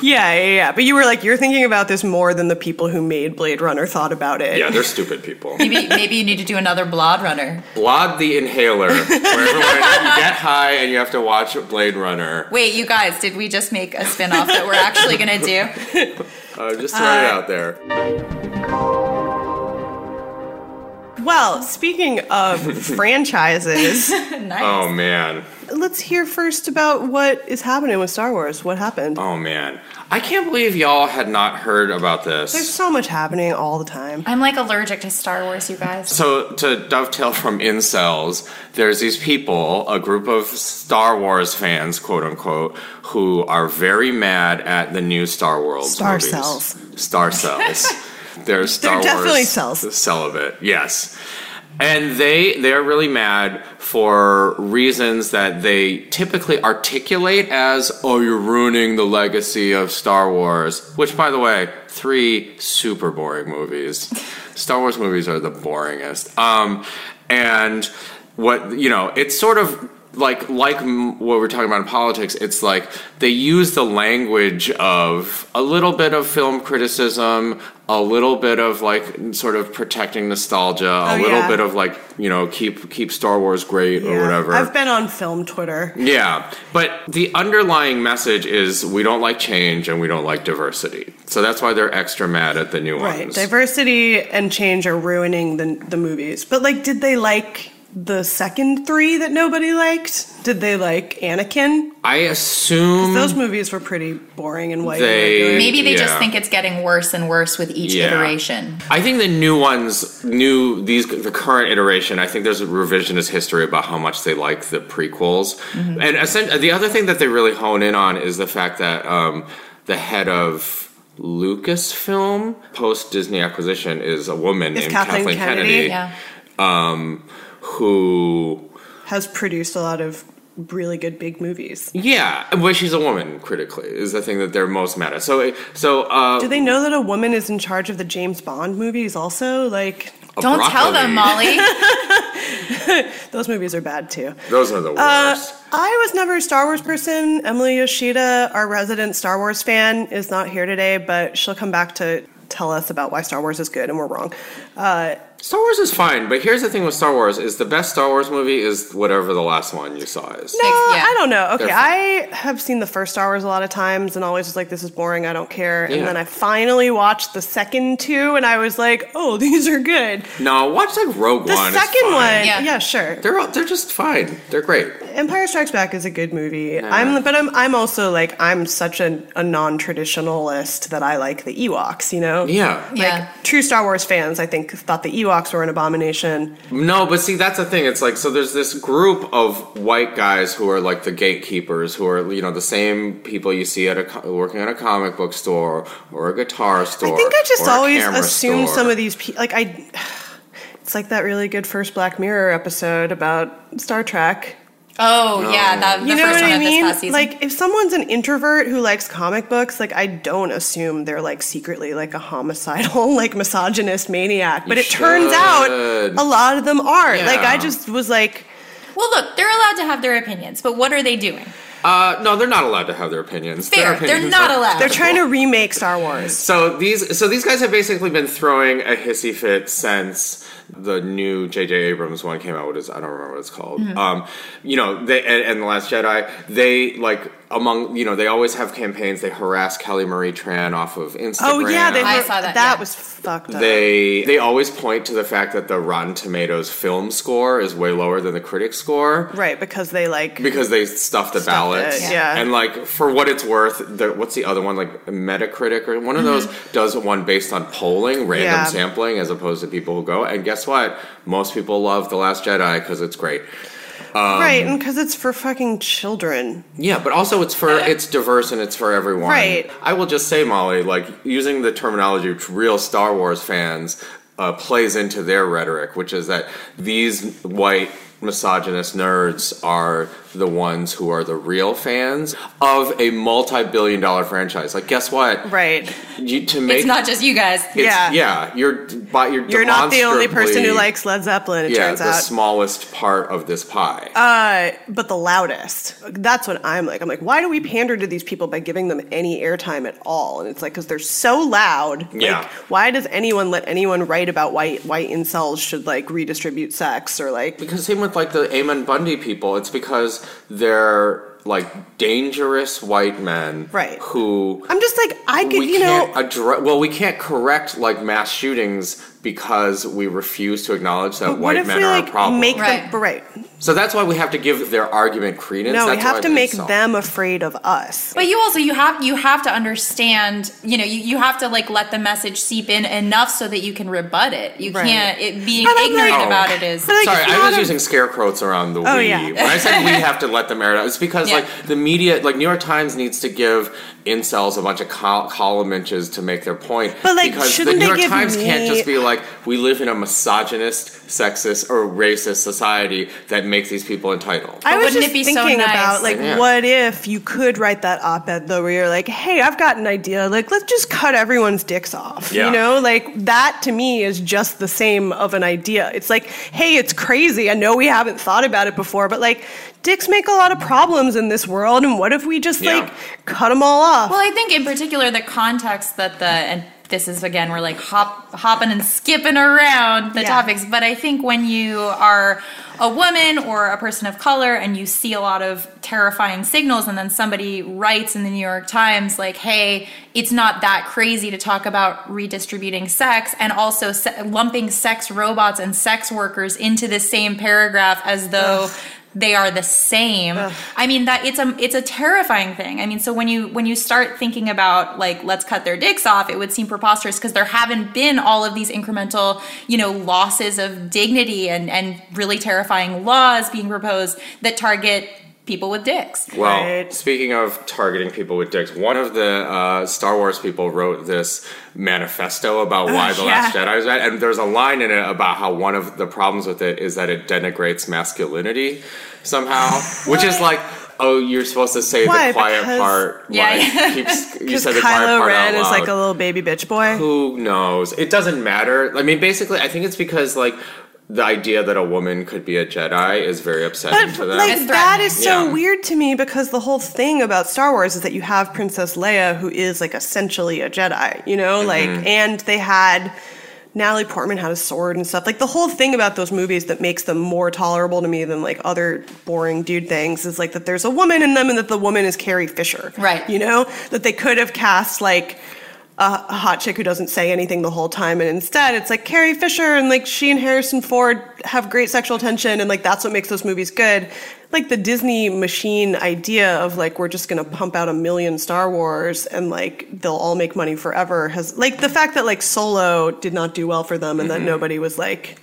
Speaker 1: yeah, yeah, yeah. But you were like, you're thinking about this more than the people who made Blade Runner thought about it.
Speaker 3: yeah, they're stupid people.
Speaker 2: Maybe, maybe you need to do another Blood Runner.
Speaker 3: Blood the Inhaler, where everyone you get high and you have to watch Blade Runner.
Speaker 2: Wait, you guys, did we just make a spin off that we're actually going to do?
Speaker 3: Uh, just throwing it out there.
Speaker 1: Uh, Well, speaking of franchises,
Speaker 3: Oh man,
Speaker 1: let's hear first about what is happening with Star Wars. What happened?
Speaker 3: oh man, I can't believe y'all had not heard about this.
Speaker 1: There's so much happening all the time.
Speaker 2: I'm like allergic to Star Wars, you guys.
Speaker 3: So to dovetail from incels, there's these people, a group of Star Wars fans, quote unquote, who are very mad at the new Star World
Speaker 1: Star
Speaker 3: movies.
Speaker 1: cells.
Speaker 3: Star cells. They're Star
Speaker 1: definitely
Speaker 3: Wars
Speaker 1: cells.
Speaker 3: celibate. Yes. And they they're really mad for reasons that they typically articulate as, "Oh, you're ruining the legacy of Star Wars," which, by the way, three super boring movies. Star Wars movies are the boringest. Um, and what you know, it's sort of like like m- what we're talking about in politics. It's like they use the language of a little bit of film criticism, a little bit of like sort of protecting nostalgia, a
Speaker 1: Oh,
Speaker 3: little
Speaker 1: yeah.
Speaker 3: bit of like you know keep keep Star Wars great or
Speaker 1: Yeah.
Speaker 3: whatever.
Speaker 1: I've been on film Twitter.
Speaker 3: Yeah, but the underlying message is we don't like change and we don't like diversity. So that's why they're extra mad at the new
Speaker 1: Right.
Speaker 3: ones.
Speaker 1: Diversity and change are ruining the, the movies. But, like, did they like the second three that nobody liked? Did they like Anakin?
Speaker 3: I assume
Speaker 1: Those movies were pretty boring and white.
Speaker 3: Mm. They-
Speaker 1: and regular.
Speaker 2: Maybe they just
Speaker 3: Yeah.
Speaker 2: think it's getting worse and worse with each
Speaker 3: Yeah.
Speaker 2: iteration.
Speaker 3: I think the new ones, new these the current iteration. I think there's a revisionist history about how much they like the prequels, and essen- the other thing that they really hone in on is the fact that um, the head of Lucasfilm post Disney acquisition is a woman
Speaker 1: Is
Speaker 3: named Kathleen,
Speaker 1: Kathleen Kennedy?
Speaker 3: Kennedy,
Speaker 2: Yeah.
Speaker 3: um, who
Speaker 1: has produced a lot of really good big movies.
Speaker 3: yeah, but she's a woman critically is the thing that they're most mad at. So so uh,
Speaker 1: Do they know that a woman is in charge of the James Bond movies also? Like
Speaker 3: a
Speaker 2: Don't tell
Speaker 3: broccoli-
Speaker 2: them, Molly.
Speaker 1: those movies are bad too.
Speaker 3: Those are the
Speaker 1: Uh,
Speaker 3: worst.
Speaker 1: I was never a Star Wars person. Emily Yoshida, our resident Star Wars fan, is not here today, but she'll come back to tell us about why Star Wars is good and we're wrong. Uh,
Speaker 3: Star Wars is fine, but here's the thing with Star Wars is the best Star Wars movie is whatever the last one you saw is.
Speaker 1: no,
Speaker 2: yeah.
Speaker 1: I don't know. Okay,
Speaker 3: They're
Speaker 1: I have seen the first Star Wars a lot of times and always was like, this is boring, I don't care. And
Speaker 3: Yeah.
Speaker 1: then I finally watched the second two and I was like, oh, these are good.
Speaker 3: No, watch like Rogue
Speaker 1: The
Speaker 3: One. is
Speaker 1: second
Speaker 3: fine.
Speaker 1: one,
Speaker 2: Yeah.
Speaker 1: yeah, sure.
Speaker 3: They're all, they're just fine. They're great.
Speaker 1: Empire Strikes Back is a good movie. I'm, but I'm, I'm also like, I'm such a, a non-traditionalist that I like the Ewoks. You know,
Speaker 3: Yeah.
Speaker 2: yeah.
Speaker 1: true Star Wars fans, I think, thought the Ewoks were an abomination.
Speaker 3: No, but see that's the thing. It's like so there's this group of white guys who are like the gatekeepers who are you know the same people you see at a co- working at a comic book store or a guitar store.
Speaker 1: I think I just
Speaker 3: or a
Speaker 1: always
Speaker 3: camera
Speaker 1: assume
Speaker 3: store.
Speaker 1: some of these people, like I, it's like that really good first Black Mirror episode about Star Trek.
Speaker 2: Oh, yeah. That, the
Speaker 1: You know
Speaker 2: first
Speaker 1: what
Speaker 2: one
Speaker 1: I
Speaker 2: of this past
Speaker 1: mean?
Speaker 2: season.
Speaker 1: Like, if someone's an introvert who likes comic books, like, I don't assume they're like secretly like a homicidal, like misogynist maniac. But
Speaker 3: You
Speaker 1: it turns out
Speaker 3: should.
Speaker 1: a lot of them are. Like, I
Speaker 3: Yeah.
Speaker 1: just was like,
Speaker 2: well, look, they're allowed to have their opinions, but what are they doing?
Speaker 3: uh, no, they're not allowed to have their opinions. Their
Speaker 2: Fair. They're
Speaker 3: opinions
Speaker 2: not
Speaker 3: are-
Speaker 2: allowed.
Speaker 1: they're trying to remake Star Wars.
Speaker 3: So these so these guys have basically been throwing a hissy fit since the new J.J. Abrams one came out. What is I don't remember what it's called.
Speaker 1: Mm-hmm.
Speaker 3: Um, you know, they and, and the Last Jedi. They like among you know they always have campaigns. They harass Kelly Marie Tran off of Instagram.
Speaker 1: Oh yeah, they
Speaker 2: I
Speaker 1: were-
Speaker 2: saw that, yeah.
Speaker 1: was fucked up.
Speaker 3: They they always point to the fact that the Rotten Tomatoes film score is way lower than the critic score.
Speaker 1: right because they like
Speaker 3: Because they stuffed the ballots,
Speaker 1: it, yeah.
Speaker 3: and like for what it's worth, the, what's the other one like Metacritic or one of those does one based on polling, random
Speaker 1: Mm-hmm. Yeah.
Speaker 3: sampling, as opposed to people who go. And guess what? Most people love The Last Jedi because it's great. Um,
Speaker 1: right and because it's for fucking children.
Speaker 3: Yeah, but also it's for it's diverse and it's for everyone.
Speaker 1: Right.
Speaker 3: I will just say, Molly, like using the terminology which real Star Wars fans uh, plays into their rhetoric, which is that these white misogynist nerds are the ones who are the real fans of a multi-billion dollar franchise. Like, guess what?
Speaker 1: Right.
Speaker 3: You, to make
Speaker 2: It's not just you guys.
Speaker 3: it's-
Speaker 1: yeah.
Speaker 3: yeah, you're but you're
Speaker 1: You're not the only person who
Speaker 3: demonstrably-
Speaker 1: likes Led Zeppelin. It
Speaker 3: yeah
Speaker 1: turns
Speaker 3: the
Speaker 1: out,
Speaker 3: smallest part of this pie.
Speaker 1: but the loudest. That's what I'm like. I'm like, why do we pander to these people by giving them any airtime at all? And it's like because they're so loud. Like,
Speaker 3: Yeah.
Speaker 1: Why does anyone let anyone write about why why incels should like redistribute sex or like
Speaker 3: Because same with like the Amon Bundy people, it's because they're like dangerous white men,
Speaker 1: Right.
Speaker 3: Who
Speaker 1: I'm just like I could
Speaker 3: we
Speaker 1: you know
Speaker 3: can't address. Well, we can't correct like mass shootings because we refuse to acknowledge that
Speaker 1: what
Speaker 3: white
Speaker 1: if
Speaker 3: men
Speaker 1: we
Speaker 3: are a
Speaker 1: like
Speaker 3: problem.
Speaker 1: make
Speaker 2: Right.
Speaker 1: them but right?
Speaker 3: so that's why we have to give their argument credence.
Speaker 1: No, we
Speaker 3: That's why
Speaker 1: have to
Speaker 3: it's
Speaker 1: make
Speaker 3: so-
Speaker 1: them afraid of us.
Speaker 2: But you also you have you have to understand, you know, you, you have to like let the message seep in enough so that you can rebut it. You
Speaker 1: Right.
Speaker 2: can't it being
Speaker 1: And I'm
Speaker 2: ignorant
Speaker 1: like-
Speaker 2: about it is
Speaker 1: But, like,
Speaker 3: Sorry,
Speaker 1: it's
Speaker 3: I
Speaker 1: not
Speaker 3: was
Speaker 1: a-
Speaker 3: using scare quotes around the
Speaker 1: Oh,
Speaker 3: we.
Speaker 1: yeah.
Speaker 3: When I said we have to let them air it out, it's because
Speaker 2: Yeah.
Speaker 3: like the media, like New York Times, needs to give incels a bunch of col- column inches to make their point.
Speaker 1: But, like,
Speaker 3: because the
Speaker 1: shouldn't
Speaker 3: New
Speaker 1: they
Speaker 3: York
Speaker 1: give
Speaker 3: Times can't
Speaker 1: me-
Speaker 3: just be like, we live in a misogynist, sexist, or racist society that makes these people entitled.
Speaker 1: I was
Speaker 2: wouldn't
Speaker 1: just
Speaker 2: it be so
Speaker 1: thinking
Speaker 2: nice?
Speaker 1: about like
Speaker 3: Yeah.
Speaker 1: what if you could write that op-ed though where you're like, hey, I've got an idea. Like, let's just cut everyone's dicks off.
Speaker 3: Yeah.
Speaker 1: You know, like that to me is just the same of an idea. It's like, hey, it's crazy. I know we haven't thought about it before, but like, dicks make a lot of problems in this world. And what if we just
Speaker 3: Yeah.
Speaker 1: like cut them all off?
Speaker 2: Well, I think in particular the context that the and this is again we're like hop hopping and skipping around the
Speaker 1: Yeah.
Speaker 2: topics but i think when you are a woman or a person of color and you see a lot of terrifying signals and then somebody writes in the new york times like hey it's not that crazy to talk about redistributing sex and also se- lumping sex robots and sex workers into the same paragraph as though they are the same. I mean that it's a it's a terrifying thing. I mean, so when you when you start thinking about like let's cut their dicks off, it would seem preposterous because there haven't been all of these incremental you know losses of dignity and and really terrifying laws being proposed that target people with dicks.
Speaker 3: Well,
Speaker 1: Right.
Speaker 3: speaking of targeting people with dicks, one of the uh, Star Wars people wrote this manifesto about why The Last
Speaker 2: yeah.
Speaker 3: Jedi was bad, and there's a line in it about how one of the problems with it is that it denigrates masculinity somehow, which is like. Oh, you're supposed to say
Speaker 1: Why?
Speaker 3: the quiet
Speaker 1: Because-
Speaker 3: part.
Speaker 2: Yeah,
Speaker 3: like,
Speaker 2: yeah.
Speaker 3: keeps, you
Speaker 1: Because
Speaker 3: said the quiet
Speaker 1: Kylo
Speaker 3: part
Speaker 1: Ren
Speaker 3: out
Speaker 1: is like
Speaker 3: loud.
Speaker 1: a little baby bitch boy.
Speaker 3: Who knows? It doesn't matter. I mean, basically, I think it's because like the idea that a woman could be a Jedi is very upsetting
Speaker 1: But
Speaker 3: to them.
Speaker 1: like
Speaker 2: It's
Speaker 1: that
Speaker 2: threatening.
Speaker 1: is so
Speaker 3: Yeah.
Speaker 1: weird to me because the whole thing about Star Wars is that you have Princess Leia who is like essentially a Jedi, you
Speaker 3: Mm-hmm.
Speaker 1: know, like and they had Natalie Portman had a sword and stuff. Like the whole thing about those movies that makes them more tolerable to me than like other boring dude things is like that there's a woman in them and that the woman is Carrie Fisher.
Speaker 2: Right.
Speaker 1: You know? That they could have cast like a a hot chick who doesn't say anything the whole time, and instead it's like Carrie Fisher and like she and Harrison Ford have great sexual tension, and like that's what makes those movies good. Like the Disney machine idea of like we're just gonna pump out a million Star Wars and like they'll all make money forever has like the fact that like Solo did not do well for them and that nobody was like,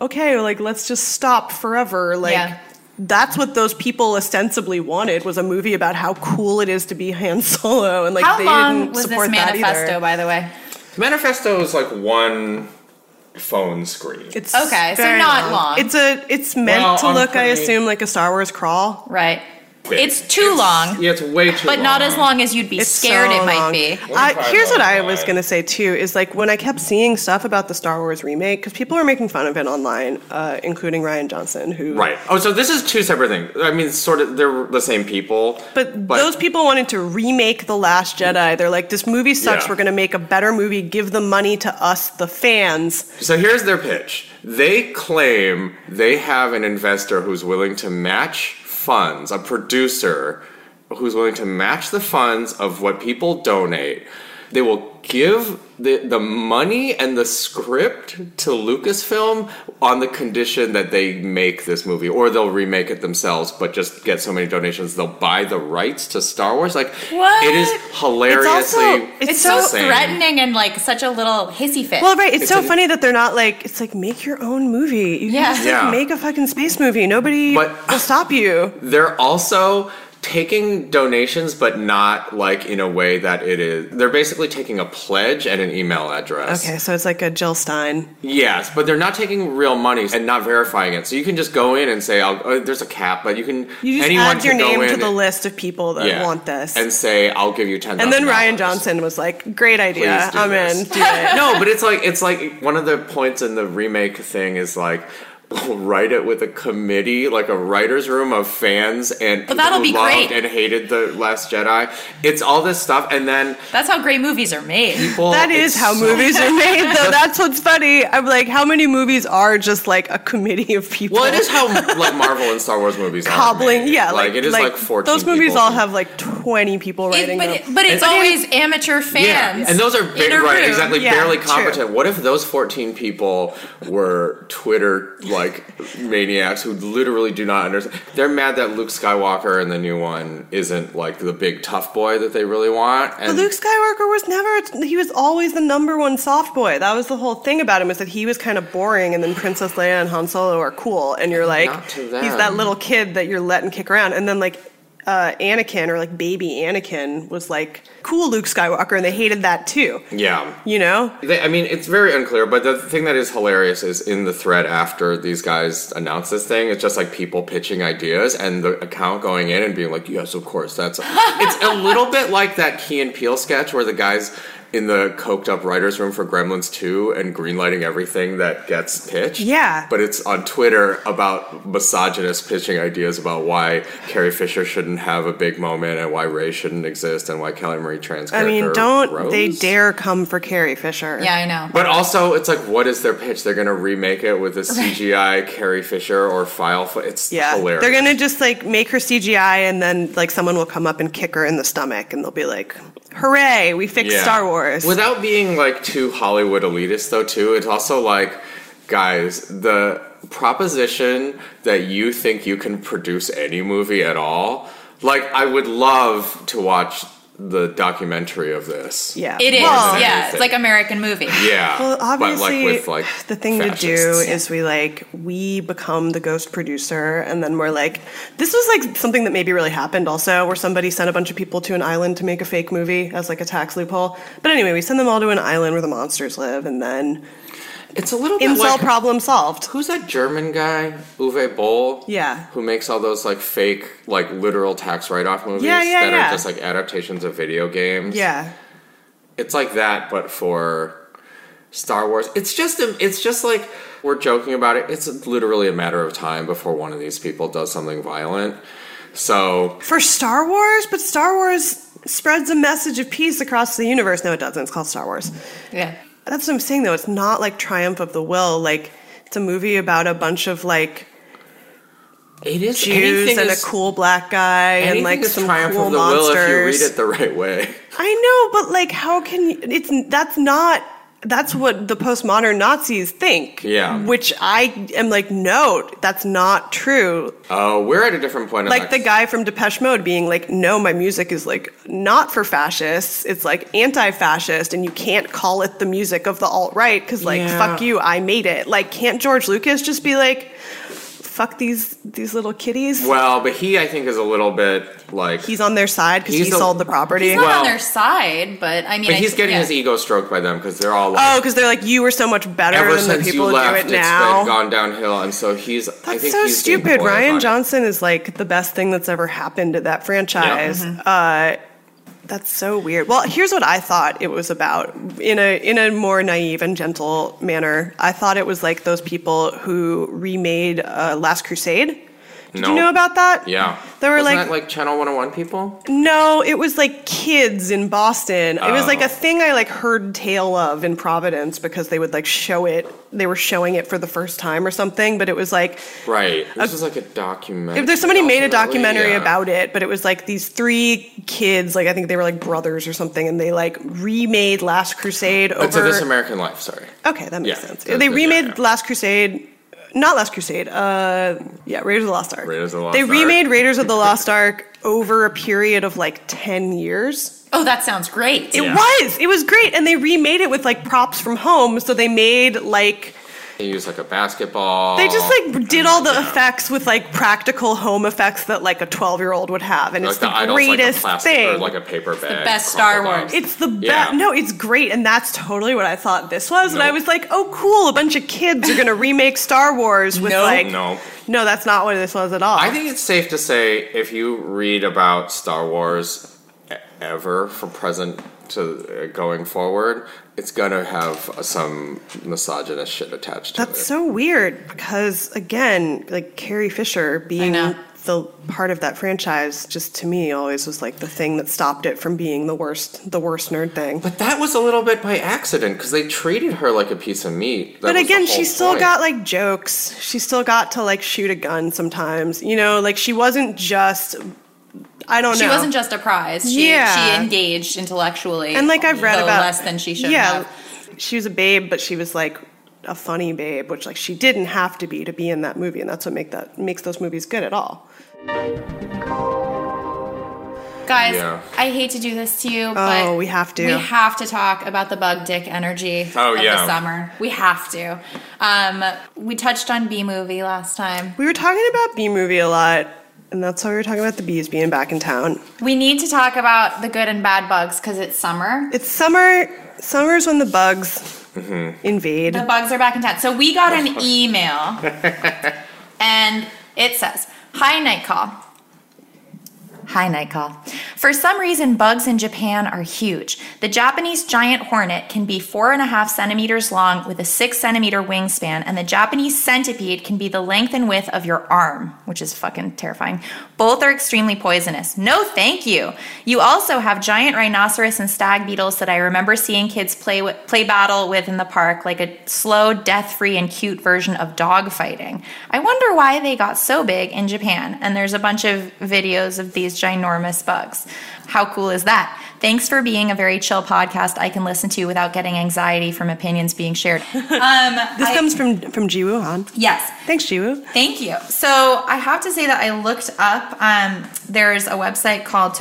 Speaker 1: okay, like let's just stop forever. Like
Speaker 2: Yeah.
Speaker 1: that's what those people ostensibly wanted was a movie about how cool it is to be Han Solo and like
Speaker 2: How
Speaker 1: they
Speaker 2: long
Speaker 1: didn't
Speaker 2: was this
Speaker 1: support that either.
Speaker 2: manifesto, by the way?
Speaker 3: Manifesto is like one phone screen.
Speaker 1: It's
Speaker 2: Okay, so
Speaker 1: very
Speaker 2: not long.
Speaker 1: It's a it's meant
Speaker 3: Well,
Speaker 1: to
Speaker 3: I'm
Speaker 1: look, I
Speaker 3: pretty-
Speaker 1: assume, like a Star Wars crawl.
Speaker 2: Right.
Speaker 3: Wait,
Speaker 2: It's too long,
Speaker 3: yeah, it's way too.
Speaker 2: but not as long as you'd be
Speaker 1: It's
Speaker 2: scared
Speaker 1: so
Speaker 2: it might
Speaker 1: long.
Speaker 2: be.
Speaker 1: I, here's what I was
Speaker 3: Right.
Speaker 1: gonna say too is like when I kept seeing stuff about the Star Wars remake because people were making fun of it online, uh, including Ryan Johnson, who
Speaker 3: Right. Oh, so this is two separate things. I mean, sort of, they're the same people.
Speaker 1: But, those people wanted to remake The Last Jedi. They're like, this movie sucks.
Speaker 3: Yeah.
Speaker 1: We're going to make a better movie. Give the money to us, the fans.
Speaker 3: So here's their pitch. They claim they have an investor who's willing to match funds, a producer who's willing to match the funds of what people donate. They will give the, the money and the script to Lucasfilm on the condition that they make this movie, or they'll remake it themselves, but just get so many donations they'll buy the rights to Star Wars. Like
Speaker 2: What?
Speaker 3: it is
Speaker 2: It's
Speaker 3: hilariously.
Speaker 1: it's
Speaker 2: It's so
Speaker 3: insane.
Speaker 2: threatening and like such a little hissy fit.
Speaker 1: Well, right. It's,
Speaker 3: It's
Speaker 1: so
Speaker 3: an-
Speaker 1: funny that they're not like, it's like, make your own movie. You
Speaker 2: Yeah.
Speaker 1: can just like,
Speaker 3: Yeah.
Speaker 1: make a fucking space movie. Nobody
Speaker 3: But-
Speaker 1: will stop you.
Speaker 3: they're also taking donations but not like in a way that it is they're basically taking a pledge and an email address
Speaker 1: Okay, so it's like a Jill Stein.
Speaker 3: yes but they're not taking real money and not verifying it so you can just go in and say I'll, oh, there's a cap but you can
Speaker 1: You just
Speaker 3: anyone
Speaker 1: add your
Speaker 3: can go
Speaker 1: name to
Speaker 3: in
Speaker 1: the list of people that
Speaker 3: yeah,
Speaker 1: want this.
Speaker 3: and
Speaker 1: And,
Speaker 3: say i'll give you 10
Speaker 1: then Ryan Johnson was like, great idea.
Speaker 3: Please do
Speaker 1: I'm
Speaker 3: this.
Speaker 1: in. Do it.
Speaker 3: no, but it's like it's like one of the points in the remake thing is like write it with a committee, like a writers' room of fans and people
Speaker 2: that'll
Speaker 3: who
Speaker 2: be
Speaker 3: loved
Speaker 2: great.
Speaker 3: and hated the Last Jedi. It's all this stuff, and then
Speaker 2: That's how great movies are made.
Speaker 3: people.
Speaker 1: That is
Speaker 3: it's
Speaker 1: how
Speaker 3: so-
Speaker 1: movies are made, though. That's what's funny. I'm like, how many movies are just like a committee of people?
Speaker 3: Well, it is how like Marvel and Star Wars movies are
Speaker 1: cobbling.
Speaker 3: made.
Speaker 1: Yeah,
Speaker 3: Um, like,
Speaker 1: like,
Speaker 3: it is like, fourteen.
Speaker 1: Those movies
Speaker 3: people.
Speaker 1: all have like 20 people
Speaker 2: It-
Speaker 1: writing
Speaker 2: but,
Speaker 1: them.
Speaker 2: it- but it's
Speaker 3: And-
Speaker 2: always amateur fans.
Speaker 3: Yeah, and those are ba-
Speaker 2: in a
Speaker 3: right,
Speaker 2: room.
Speaker 3: exactly
Speaker 1: Yeah,
Speaker 3: barely
Speaker 1: true.
Speaker 3: competent. What if those fourteen people were Twitter like maniacs who literally do not understand? They're mad that Luke Skywalker in the new one isn't like the big tough boy that they really want. And
Speaker 1: But Luke Skywalker was never. He was always the number one soft boy. That was the whole thing about him is that he was kind of boring, and then Princess Leia and Han Solo are cool, and you're like,
Speaker 3: Not to
Speaker 1: he's
Speaker 3: them.
Speaker 1: that little kid that you're letting kick around, and then like. Uh, Anakin or like baby Anakin was like cool Luke Skywalker, and they hated that too.
Speaker 3: yeah,
Speaker 1: You know,
Speaker 3: They, I mean, it's very unclear, but the thing that is hilarious is in the thread after these guys announce this thing, it's just like people pitching ideas and the account going in and being like, yes, of course, that's. it's a little bit like that Key and Peele sketch where the guy's in the coked up writers room for Gremlins 2 and greenlighting everything that gets pitched.
Speaker 1: Yeah.
Speaker 3: But it's on Twitter about misogynist pitching ideas about why Carrie Fisher shouldn't have a big moment and why Ray shouldn't exist and why Kelly Marie Tran's
Speaker 1: I
Speaker 3: character
Speaker 1: mean, don't they
Speaker 3: Rose?
Speaker 1: dare come for Carrie Fisher?
Speaker 2: Yeah, I know.
Speaker 3: But also, it's like, what is their pitch? They're gonna remake it with a CGI Carrie Fisher or file. fo- It's
Speaker 1: Yeah,
Speaker 3: hilarious.
Speaker 1: they're gonna just like make her CGI, and then like someone will come up and kick her in the stomach, and they'll be like, "Hooray, we fixed
Speaker 3: Yeah.
Speaker 1: Star Wars!"
Speaker 3: Without being like too Hollywood elitist, though, too, it's also like, guys, the proposition that you think you can produce any movie at all, like, I would love to watch the documentary of this.
Speaker 1: yeah,
Speaker 2: It is.
Speaker 1: Well,
Speaker 2: yeah, it's like American movie.
Speaker 3: Yeah.
Speaker 1: Well, obviously,
Speaker 3: but like with like
Speaker 1: the thing to do
Speaker 3: fascists.
Speaker 1: is we like we become the ghost producer, and then we're like, this was like something that maybe really happened also, where somebody sent a bunch of people to an island to make a fake movie as like a tax loophole. But anyway, we send them all to an island where the monsters live, and then
Speaker 3: it's a little bit
Speaker 1: incel
Speaker 3: like,
Speaker 1: problem solved.
Speaker 3: Who's that German guy, Uwe Boll?
Speaker 1: Yeah.
Speaker 3: Who makes all those like fake, like literal tax write off movies
Speaker 1: Yeah, yeah,
Speaker 3: that
Speaker 1: yeah.
Speaker 3: are just like adaptations of video games.
Speaker 1: Yeah,
Speaker 3: It's like that, but for Star Wars. It's just a, it's just like we're joking about it. It's literally a matter of time before one of these people does something violent. So
Speaker 1: for Star Wars, but Star Wars spreads a message of peace across the universe. No, it doesn't. It's called Star Wars.
Speaker 2: Yeah.
Speaker 1: That's what I'm saying though. It's not like Triumph of the Will. Like it's a movie about a bunch of like
Speaker 3: it is
Speaker 1: Jews
Speaker 3: anything
Speaker 1: and
Speaker 3: is-
Speaker 1: a cool black guy
Speaker 3: anything
Speaker 1: and like
Speaker 3: is
Speaker 1: some
Speaker 3: triumph
Speaker 1: cool
Speaker 3: of the
Speaker 1: monsters.
Speaker 3: will if you read it the right way.
Speaker 1: I know, but like, how can you? It's that's not. That's what the postmodern Nazis think.
Speaker 3: Yeah.
Speaker 1: Which I am like, no, that's not true.
Speaker 3: Oh, we're at a different point. in
Speaker 1: Like the
Speaker 3: that-
Speaker 1: guy from Depeche Mode being like, no, my music is like not for fascists. It's like anti fascist, and you can't call it the music of the alt right because, like,
Speaker 3: Yeah.
Speaker 1: fuck you, I made it. Like, can't George Lucas just be like, fuck these these little kitties?
Speaker 3: Well, but he I think is a little bit like
Speaker 1: He's on their side because he
Speaker 3: He's a-
Speaker 1: sold the property.
Speaker 2: He's not
Speaker 3: Well-
Speaker 2: on their side, but I mean,
Speaker 3: But
Speaker 2: I
Speaker 3: he's
Speaker 2: th-
Speaker 3: getting
Speaker 2: yeah.
Speaker 3: his e- ego stroked by them because they're all like,
Speaker 1: Oh, because they're like, you were so much better
Speaker 3: ever
Speaker 1: than the
Speaker 3: since you
Speaker 1: people who do
Speaker 3: left,
Speaker 1: it
Speaker 3: it's been
Speaker 1: now.
Speaker 3: gone downhill, and so he's. I
Speaker 1: That's
Speaker 3: think
Speaker 1: so
Speaker 3: he's being
Speaker 1: stupid.
Speaker 3: spoiled by
Speaker 1: Ryan
Speaker 3: it.
Speaker 1: Johnson is like the best thing that's ever happened to that franchise.
Speaker 3: Mm-hmm.
Speaker 1: Uh, that's so weird. Well, here's what I thought it was about in a in a more naive and gentle manner. I thought it was like those people who remade uh, Last Crusade. Did
Speaker 3: No.
Speaker 1: you know about that?
Speaker 3: Yeah,
Speaker 1: They were
Speaker 3: Wasn't
Speaker 1: like-
Speaker 3: that like Channel 101 people.
Speaker 1: No, it was like kids in Boston. It was like
Speaker 3: Oh.
Speaker 1: a thing I like heard tale of in Providence because they would like show it. They were showing it for the first time or something, but it was like
Speaker 3: Right, this is like a documentary.
Speaker 1: if there's somebody made a
Speaker 3: ultimately,
Speaker 1: documentary
Speaker 3: yeah.
Speaker 1: about it, but it was like these three kids, like I think they were like brothers or something, and they like remade Last Crusade over.
Speaker 3: It's a This American Life. Sorry,
Speaker 1: Okay, that makes
Speaker 3: Yeah,
Speaker 1: sense.
Speaker 3: that's-
Speaker 1: they
Speaker 3: yeah,
Speaker 1: remade
Speaker 3: yeah.
Speaker 1: Last Crusade, not Last Crusade. Uh, yeah, Raiders of the Lost Ark.
Speaker 3: Raiders of the Lost
Speaker 1: They
Speaker 3: Ark.
Speaker 1: remade Raiders of the Lost Ark over a period of like ten years.
Speaker 2: Oh, that sounds great.
Speaker 1: It was, it was great, and they remade it with like props from home. So they made like
Speaker 3: they use like a basketball.
Speaker 1: they just like did all the effects with like practical home effects that like a twelve year old would have, and
Speaker 3: like
Speaker 1: it's the,
Speaker 3: idol's
Speaker 1: greatest
Speaker 3: like a plastic
Speaker 1: thing.
Speaker 3: or like a paper bag.
Speaker 2: the best Star
Speaker 3: crumpled
Speaker 2: Wars.
Speaker 3: up.
Speaker 1: It's the best.
Speaker 3: Yeah.
Speaker 1: No, it's great, and that's totally what I thought this was. And I
Speaker 3: Nope.
Speaker 1: was like, oh, cool! A bunch of kids are gonna remake Star Wars with
Speaker 2: Nope.
Speaker 1: like,
Speaker 3: Nope.
Speaker 1: no, that's not what this was at all.
Speaker 3: I think it's safe to say if you read about Star Wars e- ever from present to uh, going forward, it's gonna have uh, some misogynist shit attached to it.
Speaker 1: that's so weird because again, like Carrie Fisher being
Speaker 2: know.
Speaker 1: the part of that franchise, just to me, always was like the thing that stopped it from being the worst, the worst nerd thing.
Speaker 3: but that was a little bit by accident because they treated her like a piece of meat. That
Speaker 1: But
Speaker 3: was the
Speaker 1: again, she
Speaker 3: whole
Speaker 1: still
Speaker 3: point.
Speaker 1: got like jokes. She still got to like shoot a gun sometimes. You know, like she wasn't just. I don't
Speaker 2: She
Speaker 1: know.
Speaker 2: wasn't just a prize. She,
Speaker 1: Yeah.
Speaker 2: she engaged intellectually.
Speaker 1: and like I've read
Speaker 2: though
Speaker 1: about
Speaker 2: less than she should
Speaker 1: yeah,
Speaker 2: have.
Speaker 1: she was a babe, but she was like a funny babe, which like she didn't have to be to be in that movie, and that's what make that makes those movies good at all.
Speaker 2: Guys,
Speaker 3: Yeah.
Speaker 2: I hate to do this to you, but
Speaker 1: Oh, we have to.
Speaker 2: We have to talk about the bug dick energy
Speaker 3: Oh,
Speaker 2: of
Speaker 3: yeah.
Speaker 2: the summer. We have to. Um, we touched on B movie last time.
Speaker 1: We were talking about B movie a lot, and that's why we were talking about the bees being back in town.
Speaker 2: We need to talk about the good and bad bugs because it's summer.
Speaker 1: It's summer. Summer's when the bugs
Speaker 3: Mm-hmm.
Speaker 1: invade.
Speaker 2: The bugs are back in town. So we got an email, and it says, "Hi, Night Call." Hi, Night Call. For some reason, bugs in Japan are huge. The Japanese giant hornet can be four and a half centimeters long with a six centimeter wingspan, and the Japanese centipede can be the length and width of your arm, which is fucking terrifying. Both are extremely poisonous. No, thank you. You also have giant rhinoceros and stag beetles that I remember seeing kids play with, play battle with in the park, like a slow, death-free, and cute version of dog fighting. I wonder why they got so big in Japan. And there's a bunch of videos of these ginormous bugs. How cool is that? Thanks for being a very chill podcast I can listen to without getting anxiety from opinions being shared. Um,
Speaker 1: This
Speaker 2: I-
Speaker 1: comes from from Jiwoo Han.
Speaker 2: yes.
Speaker 1: Thanks, Jiwoo.
Speaker 2: Thank you. So I have to say that I looked up, um, there's a website called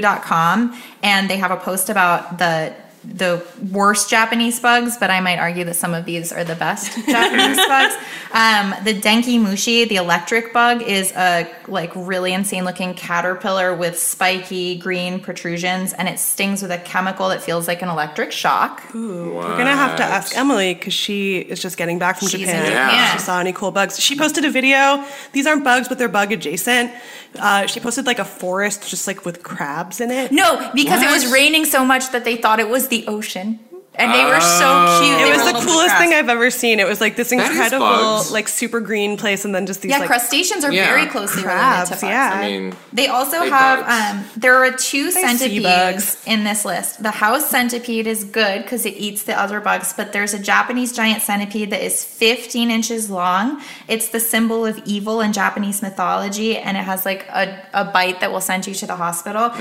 Speaker 2: tofugu.com and they have a post about the the worst Japanese bugs, but I might argue that some of these are the best Japanese bugs. Um, the denki mushi, the electric bug, is a like really insane looking caterpillar with spiky green protrusions, and it stings with a chemical that feels like an electric shock.
Speaker 1: We're gonna have to ask Emily because she is just getting back from
Speaker 2: She's in
Speaker 1: Japan.
Speaker 2: Japan.
Speaker 1: If She saw any cool bugs. She posted a video. These aren't bugs, but they're bug adjacent. Uh, she posted like a forest just like with crabs in it.
Speaker 2: No, because it was
Speaker 3: What?
Speaker 2: raining so much that they thought it was the ocean. And they were so
Speaker 3: Oh.
Speaker 2: cute. They
Speaker 1: It
Speaker 2: were
Speaker 1: was the
Speaker 2: little
Speaker 1: coolest
Speaker 2: crabs.
Speaker 1: thing I've ever seen. It was like this
Speaker 3: That is
Speaker 1: incredible,
Speaker 3: bugs.
Speaker 1: like super green place, and then just these
Speaker 2: Yeah,
Speaker 1: like
Speaker 2: crustaceans are
Speaker 3: Yeah.
Speaker 2: very closely
Speaker 1: crabs.
Speaker 2: related to bugs.
Speaker 1: yeah,
Speaker 3: I mean,
Speaker 2: They also
Speaker 3: They
Speaker 2: have
Speaker 3: bugs.
Speaker 2: um there are two
Speaker 1: sea bugs.
Speaker 2: centipedes in this list. The house centipede is good because it eats the other bugs, but there's a Japanese giant centipede that is 15 inches long. It's the symbol of evil in Japanese mythology, and it has like a, a bite that will send you to the hospital.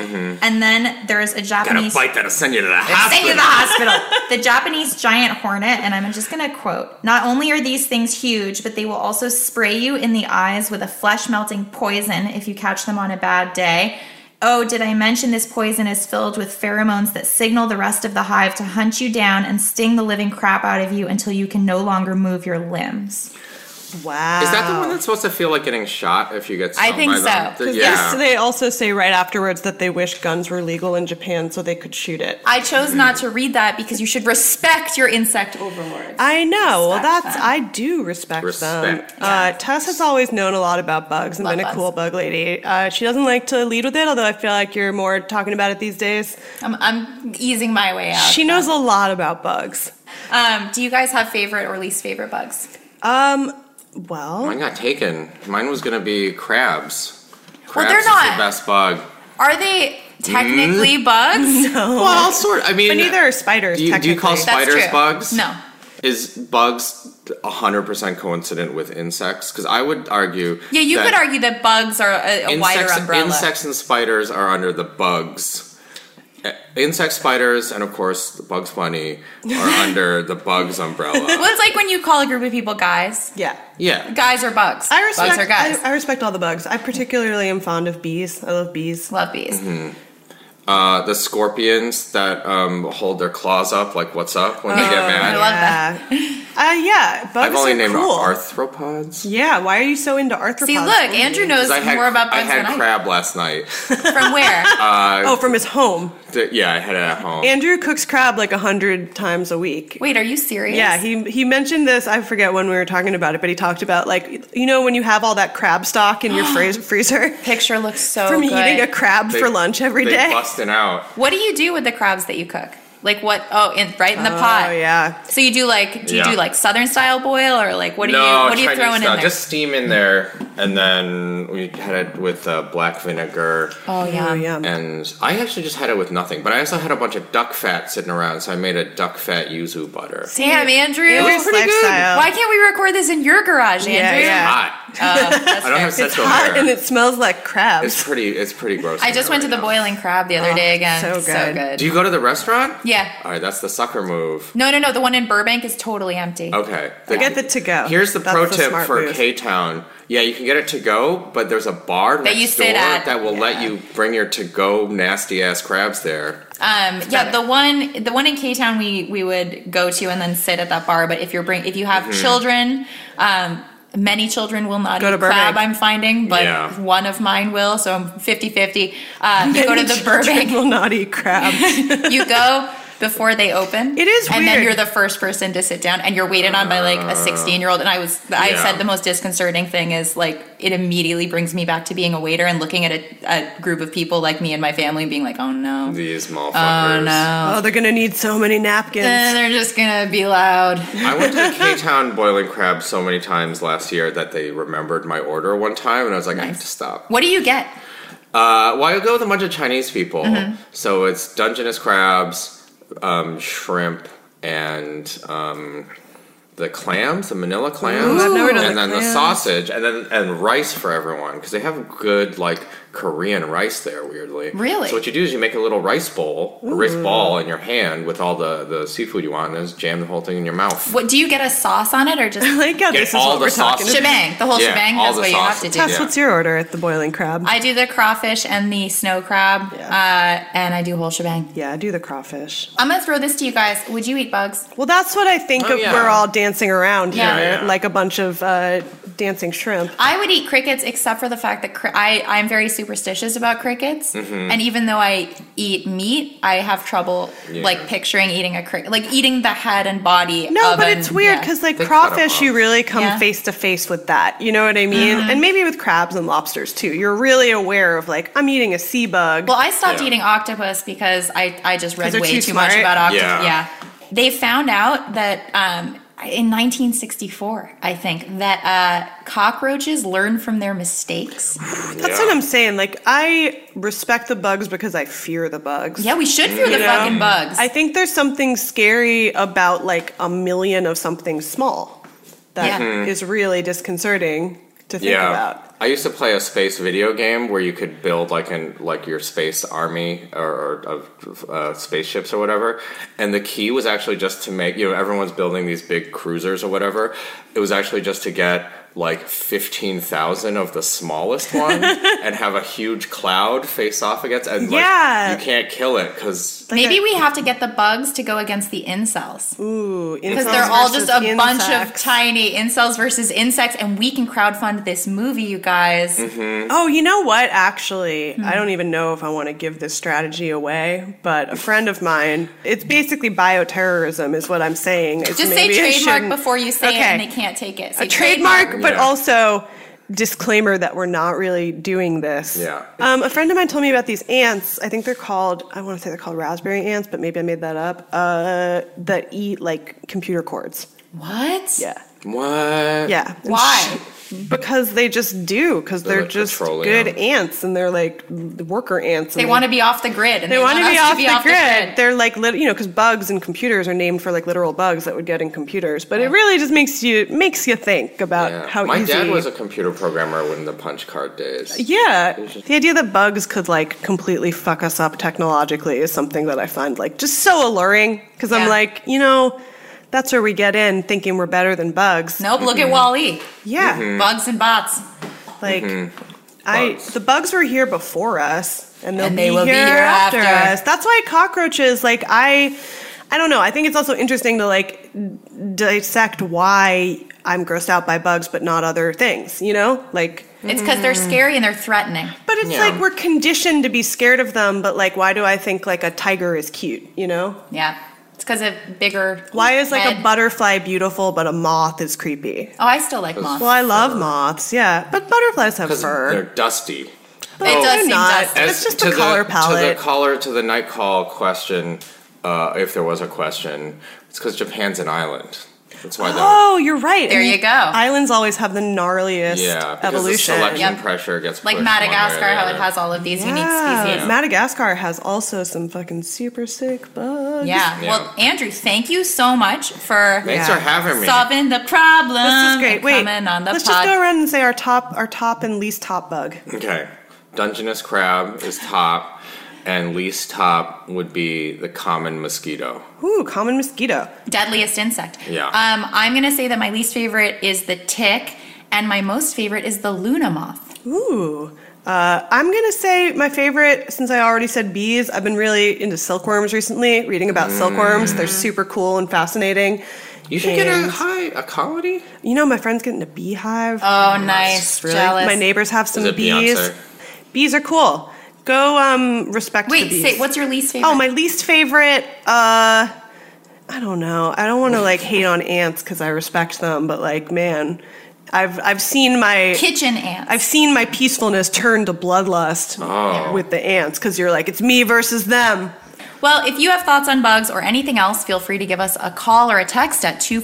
Speaker 2: And then there's a
Speaker 3: Mm-hmm. got a
Speaker 2: Japanese
Speaker 3: bite that'll send you to the
Speaker 2: Send you to
Speaker 3: hospital.
Speaker 2: the hospital. the Japanese giant hornet, and I'm just going to quote Not only are these things huge, but they will also spray you in the eyes with a flesh melting poison if you catch them on a bad day. Oh, did I mention this poison is filled with pheromones that signal the rest of the hive to hunt you down and sting the living crap out of you until you can no longer move your limbs?
Speaker 1: wow.
Speaker 3: Is that the one that's supposed to feel like getting shot if you get?
Speaker 2: I
Speaker 3: stung
Speaker 2: think
Speaker 3: by
Speaker 2: so.
Speaker 3: them? Th- Yeah.
Speaker 1: Yes, they also say right afterwards that they wish guns were legal in Japan so they could shoot it.
Speaker 2: I chose not to read that because you should respect your insect overlords.
Speaker 1: I know. Well,
Speaker 2: Respect
Speaker 1: that's
Speaker 2: them.
Speaker 1: I do respect,
Speaker 3: Respect.
Speaker 1: them. Uh, Tess has always known a lot about bugs and
Speaker 2: Love
Speaker 1: been a
Speaker 2: bugs.
Speaker 1: cool bug lady. Uh, she doesn't like to lead with it, although I feel like you're more talking about it these days.
Speaker 2: I'm, I'm easing my way out.
Speaker 1: She knows a lot about bugs.
Speaker 2: Um, do you guys have favorite or least favorite bugs?
Speaker 1: Um, well,
Speaker 3: Mine got taken. Mine was gonna be crabs. Crabs
Speaker 2: Well, they're
Speaker 3: is the
Speaker 2: not-
Speaker 3: best bug.
Speaker 2: Are they technically bugs? No.
Speaker 3: Well, all sort. I mean,
Speaker 1: but neither are spiders.
Speaker 3: do Mm. you- do
Speaker 1: technically.
Speaker 3: you call sp-
Speaker 2: That's
Speaker 3: Spiders
Speaker 2: true.
Speaker 3: bugs?
Speaker 2: No.
Speaker 3: is bugs 100% coincident with insects because i would argue
Speaker 2: Yeah, you
Speaker 3: that
Speaker 2: could argue that bugs are a, a wider
Speaker 3: insects,
Speaker 2: umbrella.
Speaker 3: insects and spiders are under the bugs Uh, insect spiders and of course the bugs bunny are under the bugs umbrella
Speaker 2: Well, it's like when you call a group of people guys.
Speaker 1: yeah.
Speaker 3: yeah
Speaker 2: Guys are bugs.
Speaker 1: I respect.
Speaker 2: bugs are guys.
Speaker 1: I, I respect all the bugs. I particularly am fond of bees. I love bees.
Speaker 2: Love bees.
Speaker 3: Mm-hmm. uh, the scorpions that um, hold their claws up like what's up when they get mad
Speaker 2: Oh, I love that.
Speaker 1: Uh, uh, yeah, bugs
Speaker 3: i've only
Speaker 1: are
Speaker 3: named
Speaker 1: cool.
Speaker 3: arthropods
Speaker 1: Yeah, why are you so into arthropods?
Speaker 2: See, look, Andrew knows
Speaker 3: 'Cause I had,
Speaker 2: more about
Speaker 3: I
Speaker 2: bugs
Speaker 3: had Uh,
Speaker 2: than
Speaker 3: crab last night.
Speaker 2: I. From where?
Speaker 1: Oh, from his home.
Speaker 3: Th- yeah, I had it at home.
Speaker 1: Andrew cooks crab like a hundred times a week.
Speaker 2: Wait, are you serious?
Speaker 1: Yeah, he he mentioned this. I forget when we were talking about it, but he talked about like you know when you have all that crab stock in your fri- freezer
Speaker 2: Picture looks so
Speaker 1: from
Speaker 2: good.
Speaker 1: eating a crab
Speaker 3: Oh, They-
Speaker 1: for lunch every
Speaker 3: they
Speaker 1: day.
Speaker 3: busting out.
Speaker 2: what do you do with the crabs that you cook? Like what? Oh, in, right in the pot.
Speaker 1: Oh yeah,
Speaker 2: So you do like? Do you
Speaker 3: Yeah.
Speaker 2: do like Southern style boil or like what do
Speaker 3: no,
Speaker 2: you what do you
Speaker 3: Chinese
Speaker 2: throw in
Speaker 3: style.
Speaker 2: there?
Speaker 3: Just steam in there, and then we had it with uh, black vinegar.
Speaker 2: oh yeah.
Speaker 1: oh
Speaker 3: Um,
Speaker 1: yeah.
Speaker 3: And I actually just had it with nothing, but I also had a bunch of duck fat sitting around, so I made a duck fat yuzu butter.
Speaker 2: Damn, Andrew.
Speaker 1: Andrew's Pretty good. lifestyle.
Speaker 2: Why can't we record this in your garage, Andrew? Um,
Speaker 1: yeah.
Speaker 3: Hot. I don't have
Speaker 1: It's
Speaker 3: central
Speaker 1: hot
Speaker 3: hair.
Speaker 1: and it smells like
Speaker 3: It's
Speaker 1: crabs.
Speaker 3: pretty. It's pretty gross.
Speaker 2: I
Speaker 3: in
Speaker 2: just
Speaker 3: there
Speaker 2: went to
Speaker 3: right
Speaker 2: the
Speaker 3: now.
Speaker 2: boiling crab the other day again.
Speaker 1: so
Speaker 2: Oh, So
Speaker 1: good.
Speaker 2: good.
Speaker 3: Do you go to the restaurant?
Speaker 2: yeah.
Speaker 3: All right, that's the sucker move.
Speaker 2: No, no, no. The one in Burbank is totally empty.
Speaker 3: Okay.
Speaker 1: Forget the to-go.
Speaker 3: Here's the
Speaker 1: Oh, That's
Speaker 3: pro
Speaker 1: the
Speaker 3: tip
Speaker 1: smart
Speaker 3: for
Speaker 1: move.
Speaker 3: K Town. Yeah, you can get it to go, but there's a bar next
Speaker 2: you sit
Speaker 3: door
Speaker 2: at.
Speaker 3: that will let you bring your to go nasty ass crabs there.
Speaker 2: Um, yeah, the one, the one in K Town, we we would go to and then sit at that bar. But if you're bring, if you have
Speaker 3: Mm-hmm.
Speaker 2: children, um, many children will not
Speaker 1: Go
Speaker 2: eat
Speaker 1: to
Speaker 2: crab.
Speaker 1: Burbank.
Speaker 2: I'm finding, but
Speaker 3: Yeah.
Speaker 2: one of mine will. So I'm 50 50. Uh, you go to the
Speaker 1: Children
Speaker 2: Burbank
Speaker 1: will not eat crab.
Speaker 2: you go before they open.
Speaker 1: It is
Speaker 2: and
Speaker 1: weird.
Speaker 2: then you're the first person to sit down, and you're waited on by like a 16 year old. And I was, I
Speaker 3: Yeah.
Speaker 2: said the most disconcerting thing is like it immediately brings me back to being a waiter and looking at a, a group of people like me and my family and being like, oh no,
Speaker 3: These motherfuckers.
Speaker 2: oh Uh, no,
Speaker 1: Oh, they're gonna need so many napkins.
Speaker 2: and Eh, they're just gonna be loud.
Speaker 3: I went to K Town Boiling Crab so many times last year that they remembered my order one time, and I was like, I have to stop.
Speaker 2: What do you get?
Speaker 3: Uh, well, I go with a bunch of Chinese people,
Speaker 2: Mm-hmm.
Speaker 3: so it's Dungeness crabs, um, shrimp, and um, the clams, the Manila clams,
Speaker 1: I've never done
Speaker 3: and
Speaker 1: the
Speaker 3: then the
Speaker 1: clams.
Speaker 3: sausage, and then and rice for everyone because they have good like Korean rice there. Weirdly,
Speaker 2: Really?
Speaker 3: So what you do is you make a little rice bowl, a rice ball in your hand with all the the seafood you want, and then just jam the whole thing in your mouth.
Speaker 2: What do you get a sauce on it or just
Speaker 1: like, yeah,
Speaker 3: Get
Speaker 1: this is
Speaker 3: all
Speaker 1: what
Speaker 3: the
Speaker 1: we're talking
Speaker 3: sauces.
Speaker 1: about.
Speaker 2: shebang? The whole
Speaker 3: Yeah,
Speaker 2: shebang.
Speaker 3: all
Speaker 2: That's
Speaker 3: the
Speaker 2: what you have to
Speaker 3: sauces.
Speaker 2: do.
Speaker 1: Tess,
Speaker 3: Yeah.
Speaker 1: what's your order at the boiling crab?
Speaker 2: I do the crawfish and the snow crab, uh, and I do whole shebang.
Speaker 1: yeah, I do the crawfish.
Speaker 2: I'm gonna throw this to you guys. Would you eat bugs?
Speaker 1: Well, that's what I think
Speaker 3: Oh,
Speaker 1: of.
Speaker 3: yeah.
Speaker 1: We're all dancing around
Speaker 2: Yeah.
Speaker 1: here,
Speaker 3: Yeah, yeah.
Speaker 1: like a bunch of uh, dancing shrimp.
Speaker 2: I would eat crickets, except for the fact that cr- I I'm very superstitious about crickets,
Speaker 3: Mm-hmm.
Speaker 2: and even though I eat meat, I have trouble like picturing eating a cricket, like eating the head and body.
Speaker 1: No,
Speaker 2: of
Speaker 1: but
Speaker 2: an-
Speaker 1: it's weird
Speaker 2: yeah.
Speaker 1: because like
Speaker 3: They cut 'em
Speaker 1: crawfish, you
Speaker 3: off.
Speaker 1: really come
Speaker 2: Yeah. Uh-huh.
Speaker 1: face to face with that. You know what I mean? And maybe with crabs and lobsters too. You're really aware of like I'm eating a sea bug.
Speaker 2: Well, I stopped
Speaker 3: Yeah.
Speaker 2: eating octopus because I, I just read
Speaker 1: they're
Speaker 2: way
Speaker 1: too
Speaker 2: too, much
Speaker 1: smart?
Speaker 2: about octopus.
Speaker 3: Yeah.
Speaker 2: Yeah. They found out that um, in 1964, I think, that uh, cockroaches learn from their mistakes.
Speaker 1: That's what I'm saying. Like I respect the bugs because I fear the bugs.
Speaker 2: Yeah, we should fear the
Speaker 1: know?
Speaker 2: fucking bugs.
Speaker 1: I think there's something scary about like a million of something small that is
Speaker 2: Yeah. Mhm.
Speaker 1: really disconcerting to think about.
Speaker 3: I used to play a space video game where you could build like an like your space army or, or of uh, spaceships or whatever, and the key was actually just to make you know everyone's building these big cruisers or whatever. It was actually just to get like fifteen thousand of the smallest one and have a huge cloud face off against, and like,
Speaker 1: Yeah.
Speaker 3: you can't kill it because
Speaker 2: Maybe we have to get the bugs to go against the incels
Speaker 1: Ooh,
Speaker 2: because they're all just a bunch of tiny incels versus insects, and we can crowdfund this movie, you guys.
Speaker 1: Oh, you know what? Actually,
Speaker 2: Hmm.
Speaker 1: I don't even know if I want to give this strategy away, but a friend of mine, it's basically bioterrorism, is what I'm saying. It's
Speaker 2: Just say
Speaker 1: maybe I
Speaker 2: trademark
Speaker 1: shouldn't-
Speaker 2: before you say it,
Speaker 1: Okay.
Speaker 2: and they can't take it. Say
Speaker 1: a trademark, but
Speaker 3: Yeah.
Speaker 1: also disclaimer that we're not really doing this.
Speaker 3: Yeah.
Speaker 1: Um, a friend of mine told me about these ants. I think they're called. I want to say they're called raspberry ants, but maybe I made that up. Uh, that eat like computer cords.
Speaker 2: What?
Speaker 1: Yeah.
Speaker 3: what?
Speaker 1: Yeah. And
Speaker 2: Why?
Speaker 1: Because they just do. Because they're,
Speaker 3: like
Speaker 1: just
Speaker 3: petroleum.
Speaker 1: good ants, and they're like worker ants.
Speaker 2: They want to be off the grid. And
Speaker 1: They want to be
Speaker 2: us
Speaker 1: off, the, grid. They're like, lit- you know, because bugs and computers are named for like literal bugs that would get in computers. But it really just makes you makes you think about
Speaker 3: Yeah.
Speaker 1: how
Speaker 3: My
Speaker 1: easy.
Speaker 3: dad was a computer programmer when the punch card days.
Speaker 1: yeah, the idea that bugs could like completely fuck us up technologically is something that I find like just so alluring. Because I'm
Speaker 2: Yeah.
Speaker 1: like, you know, that's where we get in thinking we're better than bugs.
Speaker 2: Nope, look
Speaker 1: Mm-hmm.
Speaker 2: at Wally.
Speaker 1: Yeah,
Speaker 3: Mm-hmm.
Speaker 2: Bugs and bots.
Speaker 1: like I
Speaker 3: Bugs.
Speaker 1: the bugs were here before us, and they'll
Speaker 2: And they
Speaker 1: be,
Speaker 2: will be
Speaker 1: here
Speaker 2: here
Speaker 1: after,
Speaker 2: after.
Speaker 1: us. That's why cockroaches. Like I, I don't know. I think it's also interesting to like dissect why I'm grossed out by bugs, but not other things. You know, like.
Speaker 2: It's because
Speaker 1: Mm-hmm.
Speaker 2: they're scary and they're threatening.
Speaker 1: But it's
Speaker 3: Yeah.
Speaker 1: like we're conditioned to be scared of them. But like, why do I think like a tiger is cute? You know,
Speaker 2: Yeah. It's because of bigger.
Speaker 1: why is like a
Speaker 2: head.
Speaker 1: butterfly beautiful, but a moth is creepy?
Speaker 2: Oh, I still like moths.
Speaker 1: Well, I love moths, yeah, but butterflies have
Speaker 3: because
Speaker 1: fur.
Speaker 3: they're dusty.
Speaker 1: But
Speaker 2: It does
Speaker 1: they're
Speaker 2: seem
Speaker 1: not.
Speaker 2: dusty.
Speaker 1: It's just the color
Speaker 3: To the
Speaker 1: palette.
Speaker 3: color to the night call question, uh, if there was a question, it's because Japan's an island. That's why that.
Speaker 1: Oh, you're right.
Speaker 2: There
Speaker 1: And
Speaker 2: you go.
Speaker 1: Islands always have the gnarliest
Speaker 3: Yeah, because
Speaker 1: evolution.
Speaker 3: the selection
Speaker 2: Yep.
Speaker 3: pressure gets
Speaker 2: like
Speaker 3: pushed one way or the
Speaker 2: Madagascar, how it
Speaker 3: other.
Speaker 2: has all of these
Speaker 1: Yeah.
Speaker 2: unique species.
Speaker 1: Madagascar has also some fucking super sick bugs.
Speaker 2: Yeah.
Speaker 3: Yeah.
Speaker 2: Well, Andrew, thank you so much for
Speaker 3: Thanks
Speaker 1: Yeah.
Speaker 3: for having me.
Speaker 2: solving the problem.
Speaker 1: This is great.
Speaker 2: and
Speaker 1: Wait,
Speaker 2: Um, coming on the
Speaker 1: let's
Speaker 2: pod.
Speaker 1: just go around and say our top, our top and least top bug.
Speaker 3: Okay, Dungeness crab is top, and least top would be the common mosquito.
Speaker 1: Ooh, common mosquito.
Speaker 2: Deadliest insect.
Speaker 3: Yeah.
Speaker 2: Um, I'm gonna say that my least favorite is the tick, and my most favorite is the Luna moth.
Speaker 1: Ooh. Uh, I'm gonna say my favorite, since I already said bees. I've been really into silkworms recently. Reading about silkworms, they're super cool and fascinating.
Speaker 3: Mm. You should get a
Speaker 1: And-
Speaker 3: high a colony.
Speaker 1: You know, my friend's getting a beehive.
Speaker 2: Oh, nice.
Speaker 1: Really?
Speaker 2: Jealous.
Speaker 1: My neighbors have some
Speaker 3: Is it
Speaker 1: bees.
Speaker 3: Beyonce?
Speaker 1: Bees are cool. Go um, respect. the
Speaker 2: Wait,
Speaker 1: beast.
Speaker 2: say what's your least favorite?
Speaker 1: Oh, my least favorite. Uh, I don't know. I don't want to like hate on ants because I respect them, but like, man, I've I've seen my
Speaker 2: kitchen ants.
Speaker 1: I've seen my peacefulness turn to bloodlust
Speaker 3: Oh.
Speaker 1: with the ants because you're like, it's me versus them.
Speaker 2: Well, if you have thoughts on bugs or anything else, feel free to give us a call or a text at oh,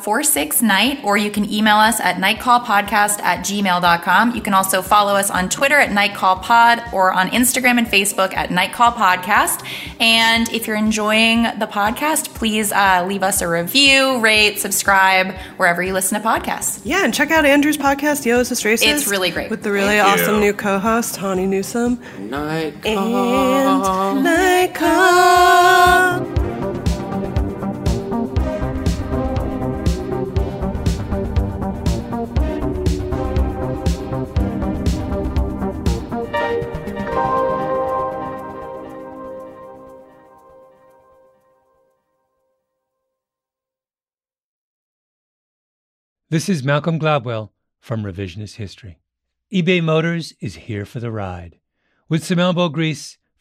Speaker 2: 240-46-NIGHT, or you can email us at nightcallpodcast at gmail.com. You can also follow us on Twitter at nightcallpod or on Instagram and Facebook at nightcallpodcast. And if you're enjoying the podcast, please uh, leave us a review, rate, subscribe, wherever you listen to podcasts.
Speaker 1: Yeah, and check out Andrew's podcast, Yo, is this racist?
Speaker 2: It's really great.
Speaker 1: with the really
Speaker 3: Thank
Speaker 1: awesome
Speaker 3: you.
Speaker 1: new co-host, Hani Newsom.
Speaker 3: Night.
Speaker 1: And Michael.
Speaker 4: This is Malcolm Gladwell from Revisionist History. eBay Motors is here for the ride. With some elbow grease,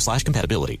Speaker 5: slash compatibility.